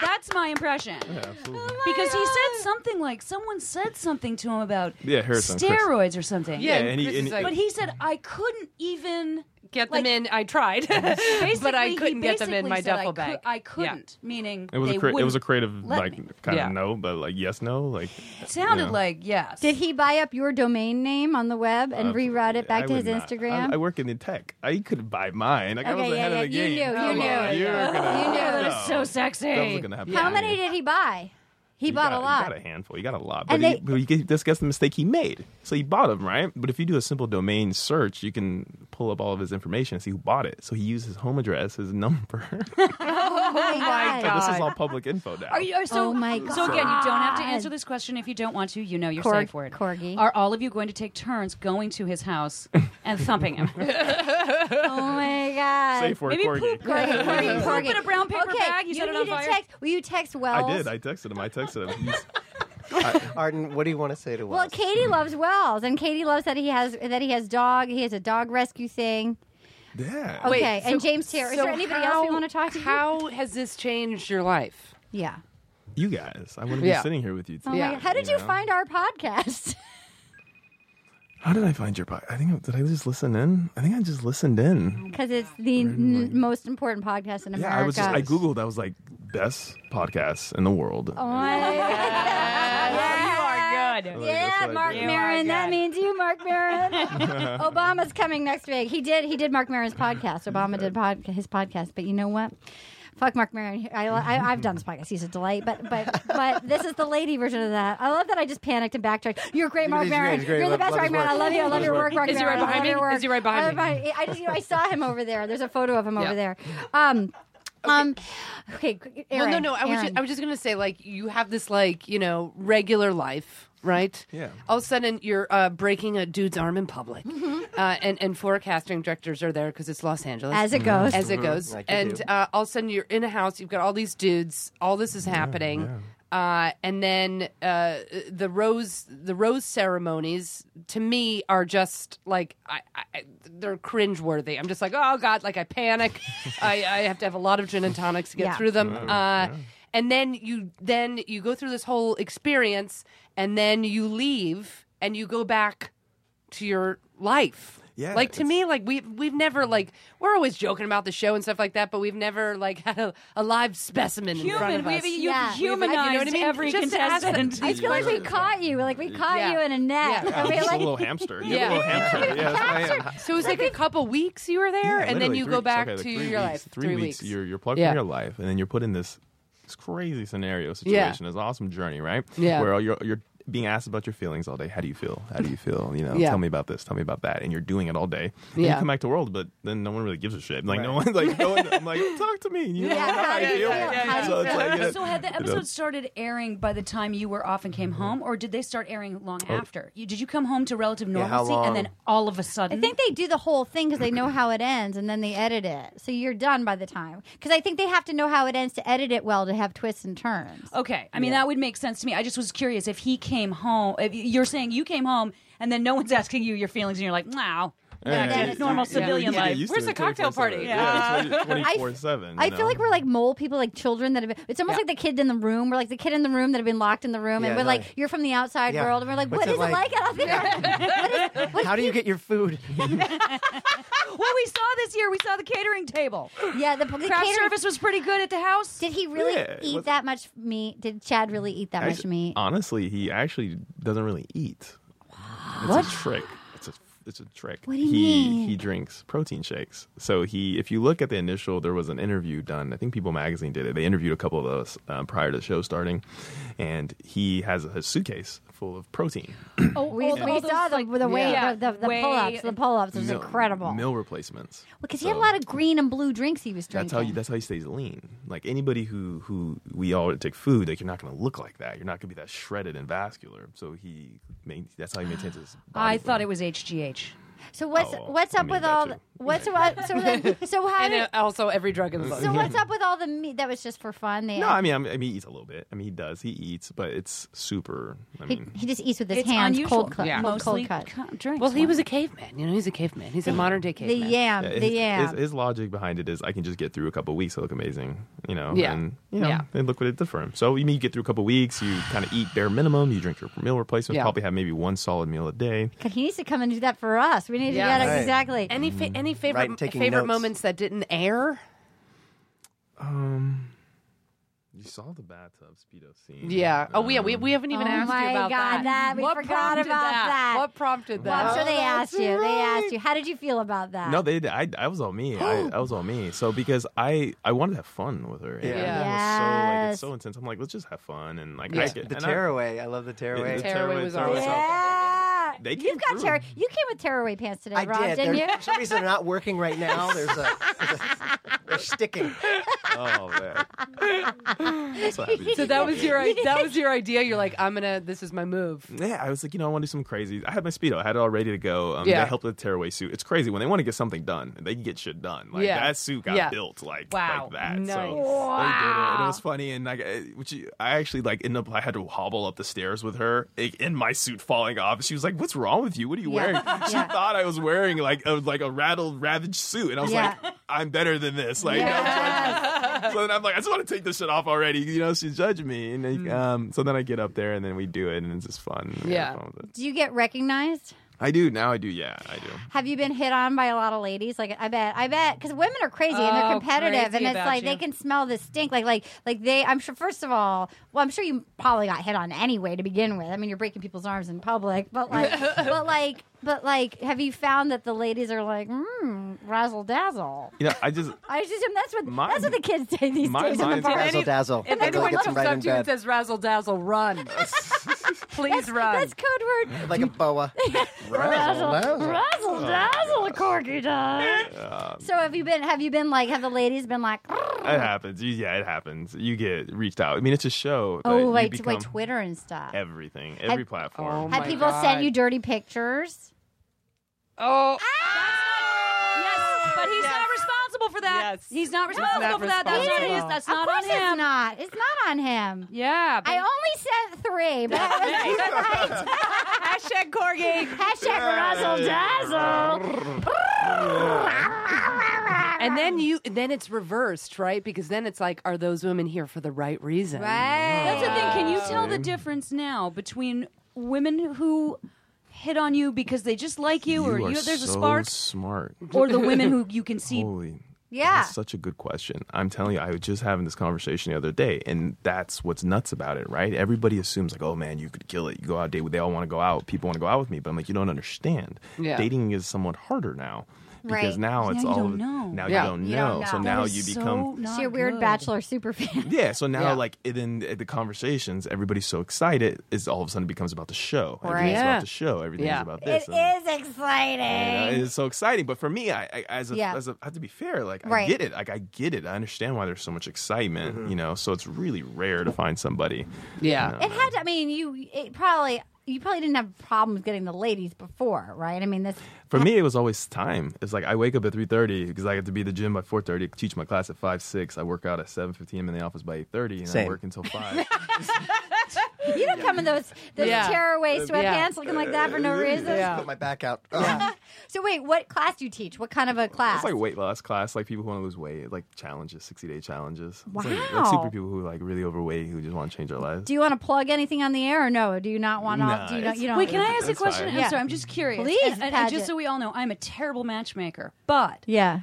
Speaker 5: That's my impression.
Speaker 4: Absolutely.
Speaker 5: Because he said something like someone said something to him about
Speaker 4: Yeah, Harrison, Chris.
Speaker 5: steroids or something.
Speaker 2: Yeah,
Speaker 4: and he-
Speaker 2: Chris
Speaker 4: and
Speaker 2: is
Speaker 4: he-
Speaker 5: But
Speaker 2: like,
Speaker 5: he said I couldn't even
Speaker 2: get them
Speaker 5: like-
Speaker 2: in. I tried, but I
Speaker 5: Basically,
Speaker 2: couldn't
Speaker 5: he
Speaker 2: get them in
Speaker 5: basically
Speaker 2: my
Speaker 5: said,
Speaker 2: duffel
Speaker 5: I cou-
Speaker 2: bag.
Speaker 5: I couldn't, meaning
Speaker 4: It was
Speaker 5: they
Speaker 4: a cre- it was a
Speaker 5: wouldn't
Speaker 4: creative
Speaker 5: let
Speaker 4: like
Speaker 5: me.
Speaker 4: kind of
Speaker 2: Yeah.
Speaker 4: no, but like yes, no, like
Speaker 5: It sounded
Speaker 4: Yeah.
Speaker 5: like yes.
Speaker 1: Did he buy up your domain name on the web and reroute it back
Speaker 4: I
Speaker 1: to his
Speaker 4: would not.
Speaker 1: Instagram?
Speaker 4: I, I work in the tech. I could buy mine. Like, I
Speaker 1: Okay,
Speaker 4: was ahead
Speaker 1: yeah,
Speaker 4: of the
Speaker 1: yeah, you knew,
Speaker 4: game.
Speaker 1: you
Speaker 4: Come
Speaker 1: knew.
Speaker 4: on, You're gonna,
Speaker 1: You knew.
Speaker 4: no.
Speaker 5: That is so sexy.
Speaker 4: That was gonna happen.
Speaker 1: How
Speaker 4: to
Speaker 1: many
Speaker 4: you.
Speaker 1: did he buy? He
Speaker 4: You
Speaker 1: bought
Speaker 4: got,
Speaker 1: a lot.
Speaker 4: You got a handful. You got a lot. But,
Speaker 1: And
Speaker 4: he,
Speaker 1: they-
Speaker 4: but you get, just guess the mistake he made. So he bought them, right? But if you do a simple domain search, you can pull up all of his information and see who bought it. So he used his home address, his number.
Speaker 1: oh my
Speaker 4: so this
Speaker 2: God.
Speaker 4: is all public info now.
Speaker 5: Are you, are, so,
Speaker 1: Oh my
Speaker 5: So again, you don't have to
Speaker 1: God.
Speaker 5: answer this question if you don't want to. You know your
Speaker 1: Corg-
Speaker 5: safe word.
Speaker 1: corgi.
Speaker 5: Are all of you going to take turns going to his house and thumping him?
Speaker 1: Oh my god.
Speaker 4: Safe word,
Speaker 5: Maybe
Speaker 4: Corgi.
Speaker 5: poop.
Speaker 1: Corgi, Corgi,
Speaker 5: Put
Speaker 1: Corgi.
Speaker 5: in a brown paper
Speaker 1: okay,
Speaker 5: bag. You, set it
Speaker 1: need
Speaker 5: on
Speaker 1: to
Speaker 5: fire.
Speaker 1: text. Will you text Wells?
Speaker 4: I did. I texted him. I texted him. He's-
Speaker 3: Arden, what do you want to say to
Speaker 1: well,
Speaker 3: us?
Speaker 1: Katie loves Wells, and Katie loves that he has that he has dog. He has a dog rescue thing.
Speaker 4: yeah.
Speaker 1: Okay, and James Taylor. Is
Speaker 2: so
Speaker 1: there anybody else we
Speaker 2: how-
Speaker 1: want to talk to?
Speaker 2: How has this changed your life?
Speaker 1: Yeah.
Speaker 4: You guys, I wouldn't
Speaker 2: Yeah.
Speaker 4: be sitting here with you.
Speaker 1: Oh
Speaker 4: today.
Speaker 1: my
Speaker 2: Yeah.
Speaker 1: God. How did you
Speaker 4: Yeah.
Speaker 1: find our podcast?
Speaker 4: How did I find your podcast? I think did I just listen in? I think I just listened in.
Speaker 1: Because it's the n- most important podcast in America.
Speaker 4: Yeah, I was just I googled. I was like best podcasts in the world.
Speaker 1: Oh my God.
Speaker 5: You are good.
Speaker 4: that's
Speaker 1: Yeah,
Speaker 4: what I
Speaker 1: Mark
Speaker 2: Oh,
Speaker 4: did.
Speaker 1: Maron.
Speaker 5: You are
Speaker 1: That
Speaker 5: good.
Speaker 1: means you, Mark Maron. Obama's coming next week. He did. He did Mark Maron's podcast. Obama did pod, his podcast. But you know what? Fuck Mark Maron. I, I, I've done this podcast. He's a delight. But but but this is the lady version of that. I love that. I just panicked and backtracked. You're great, Mark
Speaker 3: He's great,
Speaker 1: Maron.
Speaker 3: he's great.
Speaker 1: You're the
Speaker 3: Love-
Speaker 1: best,
Speaker 3: love
Speaker 1: Mark
Speaker 3: his
Speaker 1: Maron. I
Speaker 3: work.
Speaker 1: love you. I love
Speaker 3: Love
Speaker 1: your
Speaker 3: his
Speaker 1: work,
Speaker 3: work.
Speaker 1: Mark
Speaker 2: Is he right
Speaker 1: Maron. I love
Speaker 2: behind me?
Speaker 1: your work.
Speaker 2: Is he right behind
Speaker 1: I
Speaker 2: me?
Speaker 1: love my- I just you know, I saw him over there. There's a photo of him
Speaker 2: Yeah.
Speaker 1: over there. Um. Um, okay. Aaron,
Speaker 2: well, no, no. I was
Speaker 1: Aaron.
Speaker 2: just, I was just gonna say, like, you have this, like, you know, regular life, right?
Speaker 4: Yeah.
Speaker 2: All of a sudden, you're uh, breaking a dude's arm in public,
Speaker 1: Mm-hmm.
Speaker 2: uh, and and forecasting directors are there because it's Los Angeles.
Speaker 1: As it goes.
Speaker 2: as it goes,
Speaker 3: Mm-hmm. Like you
Speaker 2: and
Speaker 3: do.
Speaker 2: uh, all of a sudden, you're in a house. You've got all these dudes. All this is happening. Uh, and then uh, the rose the rose ceremonies to me are just like I, I I- they're cringeworthy. I'm just like oh god, like I panic. I, I have to have a lot of gin and tonics to get
Speaker 1: Yeah.
Speaker 2: through them. Uh, And then you then you go through this whole experience, and then you leave and you go back to your life.
Speaker 4: Yeah,
Speaker 2: Like to
Speaker 4: it's-
Speaker 2: me, like we've we've never like we're always joking about the show and stuff like that, but we've never like had a, a live specimen in front
Speaker 5: Human,
Speaker 2: of
Speaker 5: we,
Speaker 2: us.
Speaker 5: you've
Speaker 1: Yeah.
Speaker 5: humanized
Speaker 2: You know what I mean?
Speaker 5: every
Speaker 2: Just to ask them-
Speaker 5: contestant.
Speaker 1: I feel like we caught you. Like we caught
Speaker 2: Yeah.
Speaker 1: you in a net.
Speaker 2: Yeah.
Speaker 1: And
Speaker 4: I'm
Speaker 1: we're
Speaker 4: just a
Speaker 1: like,
Speaker 4: little hamster. You're
Speaker 2: Yeah.
Speaker 4: a little hamster. Yeah, that's what I am.
Speaker 2: so it was like a couple weeks you were there,
Speaker 4: Yeah,
Speaker 2: and then
Speaker 4: literally
Speaker 2: you
Speaker 4: three
Speaker 2: go
Speaker 4: weeks.
Speaker 2: back
Speaker 4: Okay, like
Speaker 2: to
Speaker 4: three
Speaker 2: your
Speaker 4: weeks,
Speaker 2: life.
Speaker 4: Three, weeks. You're you're plugged
Speaker 2: Yeah.
Speaker 4: in your life, and then you're put in this this crazy scenario
Speaker 2: Yeah.
Speaker 4: situation, this awesome journey, right?
Speaker 2: Yeah.
Speaker 4: Where you're you're being asked about your feelings all day. How do you feel? How do you feel? You know,
Speaker 2: Yeah.
Speaker 4: tell me about this. Tell me about that. And you're doing it all day. And
Speaker 2: Yeah.
Speaker 4: You come back to world, but then no one really gives a shit. Like no
Speaker 3: Right.
Speaker 4: one, like no one. I'm like, talk to me. You
Speaker 1: Yeah,
Speaker 4: know
Speaker 1: how
Speaker 4: how
Speaker 1: do
Speaker 4: I
Speaker 1: you
Speaker 4: feel.
Speaker 1: feel? How do
Speaker 4: So
Speaker 1: you
Speaker 4: it's
Speaker 1: feel?
Speaker 4: like, yeah.
Speaker 5: So had the
Speaker 4: You know,
Speaker 5: episode started airing by the time you were off and came
Speaker 4: Mm-hmm.
Speaker 5: home, or did they start airing long
Speaker 4: Oh.
Speaker 5: after? You, did you come home to relative
Speaker 3: Yeah, how
Speaker 5: normalcy,
Speaker 3: long?
Speaker 5: and then all of a sudden?
Speaker 1: I think they do the whole thing because they know how it ends, and then they edit it. So you're done by the time. Because I think they have to know how it ends to edit it well to have twists and turns.
Speaker 5: Okay, I mean that would make sense to me. I just was curious if he came home. If you're saying you came home, and then no one's asking you your feelings, and you're like, "Wow, back
Speaker 4: Yeah,
Speaker 5: to
Speaker 4: you-
Speaker 5: normal
Speaker 4: you-
Speaker 5: civilian
Speaker 4: you get
Speaker 5: life.
Speaker 4: used to
Speaker 2: Where's
Speaker 4: it
Speaker 2: the cocktail
Speaker 4: 24/7.
Speaker 2: party?
Speaker 5: Yeah.
Speaker 4: Yeah,
Speaker 1: I f-
Speaker 4: twenty four seven.
Speaker 1: I feel like we're like mole people, like children that have been. It's almost
Speaker 2: Yeah.
Speaker 1: like the kid in the room. We're like the kid in the room that have been locked in the room, and
Speaker 3: Yeah,
Speaker 1: we're like,
Speaker 3: like-
Speaker 1: you're from the outside
Speaker 3: Yeah.
Speaker 1: world, and we're like,
Speaker 3: What's
Speaker 1: what
Speaker 3: it
Speaker 1: is it
Speaker 3: like?
Speaker 1: like out there? what is, what
Speaker 3: How do you get your food?
Speaker 5: Well, we saw this year. We saw the catering table.
Speaker 1: yeah, the, the
Speaker 5: Craft
Speaker 1: catering-
Speaker 5: service was pretty good at the house.
Speaker 1: Did he really
Speaker 4: Yeah,
Speaker 1: eat
Speaker 4: what-
Speaker 1: that much meat? Did Chad really eat that much
Speaker 4: Actually-
Speaker 1: meat?
Speaker 4: Honestly, he actually doesn't really eat. It's a trick. It's a it's a trick.
Speaker 1: What do you
Speaker 4: he
Speaker 1: mean?
Speaker 4: he drinks protein shakes. So he, if you look at the initial, there was an interview done. I think People Magazine did it. They interviewed a couple of us um, prior to the show starting, and he has a, his suitcase full of protein.
Speaker 5: Oh,
Speaker 1: we, we saw the, the way
Speaker 5: yeah,
Speaker 1: the, the, the
Speaker 5: way-
Speaker 1: pull-ups. The pull-ups was
Speaker 4: Mil-
Speaker 1: incredible.
Speaker 4: Meal replacements.
Speaker 1: because he
Speaker 4: So-
Speaker 1: had a lot of green and blue drinks he was drinking.
Speaker 4: That's how you. That's how he stays lean. Like anybody who who we all take food, like you're not going to look like that. You're not going to be that shredded and vascular. So he, main, that's how he maintains his. Body
Speaker 5: I thought
Speaker 4: weight.
Speaker 5: it was HGH.
Speaker 1: so what's
Speaker 4: Oh,
Speaker 1: what's
Speaker 4: I
Speaker 1: up
Speaker 4: mean
Speaker 1: with
Speaker 4: that
Speaker 1: all
Speaker 4: too.
Speaker 1: the, what's what so then, so how
Speaker 2: And
Speaker 1: did,
Speaker 2: uh, also every drug in the book.
Speaker 1: so what's up with all the meat that was just for fun? They,
Speaker 4: No, I mean, I'm- I mean, he eats a little bit. I mean, he does. He eats, but it's super. I
Speaker 1: he,
Speaker 4: mean,
Speaker 1: he just eats with his
Speaker 5: It's
Speaker 1: hands,
Speaker 5: unusual.
Speaker 1: cold, cut,
Speaker 2: Yeah.
Speaker 1: cold,
Speaker 5: Mostly
Speaker 1: cold cut.
Speaker 5: co- drinks.
Speaker 2: Well, he
Speaker 5: one.
Speaker 2: was a caveman. You know, he's a caveman. He's a modern day
Speaker 1: The yam,
Speaker 2: caveman.
Speaker 4: yeah,
Speaker 1: the
Speaker 4: his,
Speaker 1: yam.
Speaker 4: his, his logic behind it is, I can just get through a couple weeks. I look amazing, you know.
Speaker 2: Yeah.
Speaker 4: And you know,
Speaker 2: Yeah.
Speaker 4: and look what it did for him. So you mean you get through a couple weeks, you kind of eat bare minimum, you drink your meal replacement,
Speaker 2: Yeah.
Speaker 4: probably have maybe one solid meal a day.
Speaker 1: God, he needs to come and do that for us. We need to
Speaker 2: Yeah.
Speaker 1: do that
Speaker 3: Right.
Speaker 1: exactly.
Speaker 2: Any fa-
Speaker 4: Mm-hmm.
Speaker 2: any favorite
Speaker 3: Right, taking
Speaker 2: favorite
Speaker 3: notes.
Speaker 2: moments that didn't air?
Speaker 4: Um, you saw the bathtub speedo scene.
Speaker 2: Yeah. Oh, yeah. We,
Speaker 4: Um,
Speaker 2: we haven't even
Speaker 1: Oh
Speaker 2: asked
Speaker 1: my
Speaker 2: you about
Speaker 1: God,
Speaker 2: that.
Speaker 1: that- we
Speaker 2: what
Speaker 1: forgot
Speaker 2: prompted
Speaker 1: about that.
Speaker 2: What prompted
Speaker 1: Well,
Speaker 2: that?
Speaker 1: I'm sure they
Speaker 4: Oh,
Speaker 1: asked
Speaker 4: that's
Speaker 1: you. They asked
Speaker 4: right.
Speaker 1: you. How did you feel about that?
Speaker 4: No, they. I, I was on me. I, I was on me. So because I, I wanted to have fun with her. and
Speaker 3: Yeah.
Speaker 4: everything was so like
Speaker 1: Yes.
Speaker 4: it's so intense. I'm like, let's just have fun and like
Speaker 2: Yeah.
Speaker 4: I get,
Speaker 3: The
Speaker 4: and I-
Speaker 3: tearaway. I love the
Speaker 4: the
Speaker 3: tearaway.
Speaker 2: tear- Tearaway was
Speaker 4: tearaway
Speaker 2: awesome.
Speaker 4: itself.
Speaker 1: Yeah.
Speaker 4: They
Speaker 1: You've
Speaker 4: came
Speaker 1: got
Speaker 4: through.
Speaker 1: tear. You came with tearaway pants today,
Speaker 3: I
Speaker 1: Rob,
Speaker 3: did.
Speaker 1: didn't you?
Speaker 3: They're- For some reason, they're not working right now. There's a, there's a- they're sticking.
Speaker 4: Oh man. so happy.
Speaker 2: So that was your that was your idea. You're like, I'm gonna. This is my move.
Speaker 4: Yeah, I was like, you know, I want to do some crazy. I had my speedo, I had it all ready to go. Um,
Speaker 2: Yeah.
Speaker 4: They helped with the tearaway suit. It's crazy when they want to get something done, they can get shit done. Like
Speaker 2: Yeah.
Speaker 4: that suit got
Speaker 2: Yeah.
Speaker 4: built like
Speaker 2: Wow.
Speaker 4: like that.
Speaker 2: Nice.
Speaker 4: So they did it, and it was funny. And like, I- which you- I actually like ended up, I had to hobble up the stairs with her like, in my suit falling off. She was like, "What's wrong with you? What are you
Speaker 1: Yeah.
Speaker 4: wearing?" She
Speaker 1: Yeah.
Speaker 4: thought I was wearing like a, like a rattled, ravaged suit, and I was
Speaker 1: Yeah.
Speaker 4: like, "I'm better than this." Like.
Speaker 1: Yeah.
Speaker 4: I was like, so then I'm like, I just want to take this shit off already. You know, she's judging me. And
Speaker 2: Mm.
Speaker 4: then, um, so then I get up there and then we do it and it's just fun. We
Speaker 2: Yeah.
Speaker 4: have fun with it.
Speaker 1: Do you get recognized?
Speaker 4: I do. Now I do. Yeah, I do.
Speaker 1: Have you been hit on by a lot of ladies? Like I bet, I bet, because women are crazy and they're
Speaker 5: Oh,
Speaker 1: competitive,
Speaker 5: crazy
Speaker 1: and it's
Speaker 5: about
Speaker 1: like they
Speaker 5: you.
Speaker 1: can smell the stink. Like, like, like they. I'm sure. First of all, well, I'm sure you probably got hit on anyway to begin with. I mean, you're breaking people's arms in public, but like, but like, but like, have you found that the ladies are like, hmm, razzle dazzle?
Speaker 4: You know, I just,
Speaker 1: I just assume that's what
Speaker 4: My-
Speaker 1: that's what the kids say these
Speaker 4: my
Speaker 1: days in the
Speaker 4: mind's-
Speaker 1: bar.
Speaker 3: Razzle dazzle.
Speaker 2: If
Speaker 3: Everybody
Speaker 2: anyone
Speaker 3: gets
Speaker 2: comes
Speaker 3: right
Speaker 2: up
Speaker 3: in
Speaker 2: to you and
Speaker 3: bed.
Speaker 2: says razzle dazzle, run. Please run.
Speaker 1: That's code word.
Speaker 3: like a boa.
Speaker 1: Razzle,
Speaker 3: dazzle.
Speaker 5: Oh,
Speaker 1: razzle dazzle, corgi dog. So have you been? Have you been like? Have the ladies been like?
Speaker 4: it happens. You- Yeah, it happens. You get reached out. I mean, it's a show. that
Speaker 1: Oh,
Speaker 4: you
Speaker 1: like,
Speaker 4: become
Speaker 1: like Twitter and stuff.
Speaker 4: Everything, every
Speaker 1: Had-
Speaker 4: platform.
Speaker 2: Oh
Speaker 1: Had
Speaker 2: my
Speaker 1: people
Speaker 2: God.
Speaker 1: send you dirty pictures?
Speaker 2: oh,
Speaker 5: Yes, but he's not responsible for that.
Speaker 2: Yes.
Speaker 5: He's not
Speaker 2: He's
Speaker 5: responsible
Speaker 2: not
Speaker 5: for that. That's not his.
Speaker 2: responsible.
Speaker 5: That's
Speaker 1: of
Speaker 5: not
Speaker 1: course
Speaker 5: on
Speaker 1: it's
Speaker 5: him.
Speaker 1: not. It's not on him.
Speaker 5: Yeah.
Speaker 1: I only sent three, but I was
Speaker 5: hashtag Corgi.
Speaker 1: hashtag Russell Dazzle.
Speaker 2: and then you then it's reversed, right? Because then it's like, are those women here for the right reason?
Speaker 5: That's the
Speaker 1: Right.
Speaker 5: thing. Can you tell the difference now between women who hit on you because they just like you, or
Speaker 4: are
Speaker 5: you, there's a
Speaker 4: so Oh,
Speaker 5: spark,
Speaker 4: smart.
Speaker 5: or the women who you can see?
Speaker 4: Holy.
Speaker 1: Yeah.
Speaker 4: That's such a good question. I'm telling you, I was just having this conversation the other day, and that's what's nuts about it, right? Everybody assumes, like, oh man, you could kill it. You go out date, they all want to go out. People want to go out with me. But I'm like, you don't understand.
Speaker 2: Yeah.
Speaker 4: Dating is somewhat harder now. Because
Speaker 1: Right.
Speaker 4: now it's
Speaker 5: Now you
Speaker 4: all
Speaker 5: don't
Speaker 4: of-
Speaker 5: know.
Speaker 4: now
Speaker 2: Yeah.
Speaker 4: you don't know.
Speaker 1: You don't
Speaker 4: So
Speaker 1: know.
Speaker 4: now
Speaker 5: That is
Speaker 4: you
Speaker 5: so
Speaker 4: become
Speaker 5: not
Speaker 1: So you're a weird
Speaker 5: good.
Speaker 1: bachelor super fan.
Speaker 4: yeah, so now
Speaker 2: Yeah.
Speaker 4: like it in eh, the conversations, everybody's so excited. It's all of a sudden becomes about the show.
Speaker 1: Right.
Speaker 4: Everything's
Speaker 2: Yeah.
Speaker 4: about the show. Everything's
Speaker 2: Yeah.
Speaker 4: about
Speaker 1: It
Speaker 4: this. and-
Speaker 1: is
Speaker 4: you know,
Speaker 1: exciting.
Speaker 4: it's so exciting. But for me, I, I as a,
Speaker 1: Yeah.
Speaker 4: as a, I have to be fair. Like
Speaker 1: Right.
Speaker 4: I get it. Like I get it. I understand why there's so much excitement. You know, so it's really rare to find somebody.
Speaker 2: Yeah.
Speaker 1: It had. To, I mean, you it probably you probably didn't have problems getting the ladies before, right? I mean, this.
Speaker 4: For me, it was always time. It's like I wake up at three thirty because I have to be at the gym by four thirty. Teach my class at five six. I work out at seven fifteen. I'm in the office by eight thirty, and
Speaker 3: Same.
Speaker 4: I work until five.
Speaker 1: You don't come in those those
Speaker 2: Yeah.
Speaker 1: tearaway
Speaker 2: Yeah.
Speaker 1: sweatpants looking like that for no reason.
Speaker 2: Yeah.
Speaker 3: Put my back out. Oh,
Speaker 1: So wait, what class do you teach? What kind of a class?
Speaker 4: It's like weight loss class, like people who want to lose weight, like challenges, sixty day challenges. It's like- like,
Speaker 1: Wow.
Speaker 4: super people who are, like really overweight who just want to change their lives.
Speaker 1: do you want to plug anything on the air or no? Do you not want to?
Speaker 4: Nah,
Speaker 1: do you not,
Speaker 4: it's-
Speaker 1: you don't,
Speaker 5: Wait, can I ask a
Speaker 4: That's
Speaker 5: question?
Speaker 4: fine.
Speaker 5: I'm
Speaker 1: Yeah.
Speaker 5: sorry, I'm just curious.
Speaker 1: Please,
Speaker 5: And- and- and
Speaker 1: Padgett.
Speaker 5: just so we all know, I'm a terrible matchmaker. But
Speaker 1: Yeah,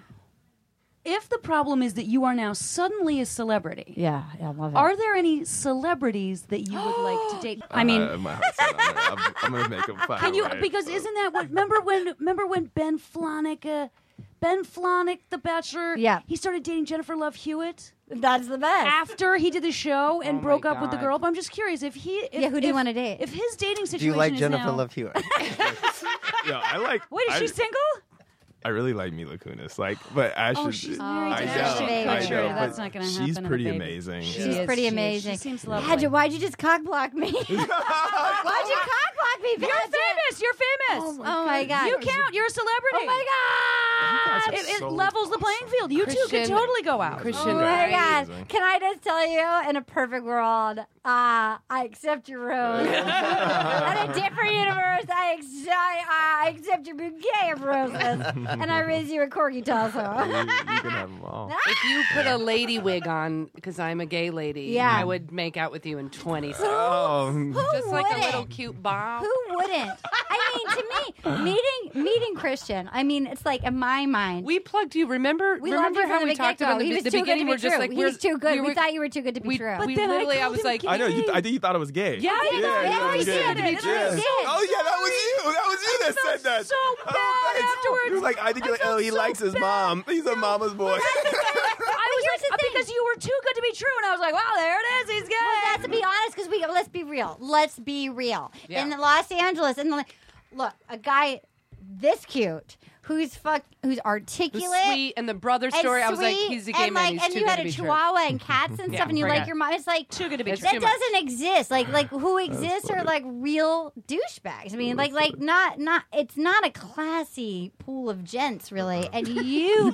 Speaker 5: if the problem is that you are now suddenly a celebrity,
Speaker 1: yeah, yeah, I love it.
Speaker 5: are there any celebrities that you would like to date? I mean,
Speaker 4: Uh, my heart's not on there. I'm, I'm gonna make them fire.
Speaker 5: Can you?
Speaker 4: away.
Speaker 5: Because isn't that what? Remember when? Remember when Ben Flonick, uh, Ben Flonick, The Bachelor.
Speaker 1: Yeah.
Speaker 5: He started dating Jennifer Love Hewitt
Speaker 1: That's the best.
Speaker 5: after he did the show and
Speaker 2: my
Speaker 5: broke up with the
Speaker 2: God.
Speaker 5: girl. But I'm just curious if he. If,
Speaker 1: Yeah, who do you
Speaker 5: if-
Speaker 1: wanna date?
Speaker 5: If his dating situation
Speaker 3: Do you like
Speaker 5: is
Speaker 3: Jennifer
Speaker 5: now,
Speaker 3: Love Hewitt?
Speaker 4: Yo, I like.
Speaker 5: Wait, is
Speaker 4: I,
Speaker 5: she single?
Speaker 4: I really like Mila Kunis. Like, but I should.
Speaker 5: Oh, she's married
Speaker 1: I
Speaker 5: to
Speaker 1: know,
Speaker 5: Ashton
Speaker 1: I
Speaker 5: Kutcher.
Speaker 1: know, but
Speaker 5: That's not going to happen.
Speaker 4: She's
Speaker 5: and a
Speaker 4: pretty
Speaker 5: baby.
Speaker 4: amazing.
Speaker 5: She
Speaker 1: She's
Speaker 5: is,
Speaker 1: pretty
Speaker 5: she is.
Speaker 1: amazing.
Speaker 5: She seems lovely.
Speaker 1: Padgett, why'd you just cock block me? why'd you cock block me,
Speaker 5: You're
Speaker 1: Padgett?
Speaker 5: famous. You're famous.
Speaker 1: Oh my, god.
Speaker 5: You count. You're a celebrity.
Speaker 1: Oh my god.
Speaker 5: It, it levels the playing field. You two could
Speaker 2: Christian-
Speaker 5: totally go out.
Speaker 2: Christian,
Speaker 1: Oh my
Speaker 4: Right.
Speaker 1: god. Can I just tell you, in a perfect world, uh, I accept your rose. in a different universe, I, ex- I, I accept your bouquet of roses. and I raise you a corgi
Speaker 4: You,
Speaker 1: tassel.
Speaker 4: you can have them all.
Speaker 2: If you put a lady wig on, because I'm a gay lady,
Speaker 1: Yeah.
Speaker 2: I would make out with you in 20 seconds.
Speaker 4: Oh,
Speaker 1: Who
Speaker 2: Just like a
Speaker 1: wouldn't?
Speaker 2: little cute bob.
Speaker 1: Who wouldn't? I mean, to me, meeting meeting Christian, I mean, it's like in my mind.
Speaker 2: We plugged you. Remember?
Speaker 1: we loved
Speaker 2: remember
Speaker 1: you from
Speaker 2: how
Speaker 1: the
Speaker 2: we
Speaker 1: get
Speaker 2: talked about
Speaker 1: go.
Speaker 2: in the,
Speaker 1: He was
Speaker 2: the
Speaker 1: too good to
Speaker 2: beginning?
Speaker 1: be
Speaker 2: We're just
Speaker 1: true.
Speaker 2: like,
Speaker 1: He was
Speaker 2: we're-
Speaker 1: too good. We,
Speaker 2: were-
Speaker 1: thought you were too good to be
Speaker 2: we-
Speaker 1: true.
Speaker 2: we
Speaker 5: then I
Speaker 2: literally, I,
Speaker 5: called
Speaker 2: was
Speaker 5: him
Speaker 2: like,
Speaker 5: gay.
Speaker 4: I know. You th- I think you thought it was gay.
Speaker 2: Yeah, I
Speaker 4: yeah,
Speaker 2: did. I
Speaker 4: you thought
Speaker 2: always
Speaker 4: gay.
Speaker 2: said it.
Speaker 4: You
Speaker 2: That's what I
Speaker 4: did.
Speaker 1: said.
Speaker 4: Oh yeah, that was you. That was you that said that.
Speaker 5: so
Speaker 4: Oh,
Speaker 5: bad
Speaker 4: thanks.
Speaker 5: afterwards.
Speaker 4: You're like, I think
Speaker 5: I
Speaker 4: you're like,
Speaker 5: felt
Speaker 4: oh, he
Speaker 5: so
Speaker 4: likes his
Speaker 5: bad.
Speaker 4: mom. He's a mama's boy.
Speaker 5: I was
Speaker 1: here's
Speaker 5: like, "Uh,
Speaker 1: the thing.
Speaker 5: because you were too good to be true, and I was like, wow, there it is. He's gay.
Speaker 1: Well, that's to be honest, because we let's be real. Let's be real.
Speaker 2: Yeah.
Speaker 1: In Los Angeles, and look, a guy this cute who's fuck, who's
Speaker 2: The
Speaker 1: articulate.
Speaker 2: sweet and the brother
Speaker 1: and
Speaker 2: story. I was like,
Speaker 1: sweet,
Speaker 2: he's a gay
Speaker 1: and
Speaker 2: man.
Speaker 1: like,
Speaker 2: he's
Speaker 1: and
Speaker 2: too
Speaker 1: you
Speaker 2: good
Speaker 1: had
Speaker 2: to
Speaker 1: a
Speaker 2: be true.
Speaker 1: chihuahua and cats and stuff, and you
Speaker 2: forget
Speaker 1: like
Speaker 2: it.
Speaker 1: your mom. It's like too
Speaker 5: good to be
Speaker 2: It's
Speaker 1: That
Speaker 2: too much.
Speaker 1: doesn't exist. Like, like who exists are
Speaker 4: funny.
Speaker 1: like real douchebags. I mean, like, like not, not. It's not a classy pool of gents, really. And you,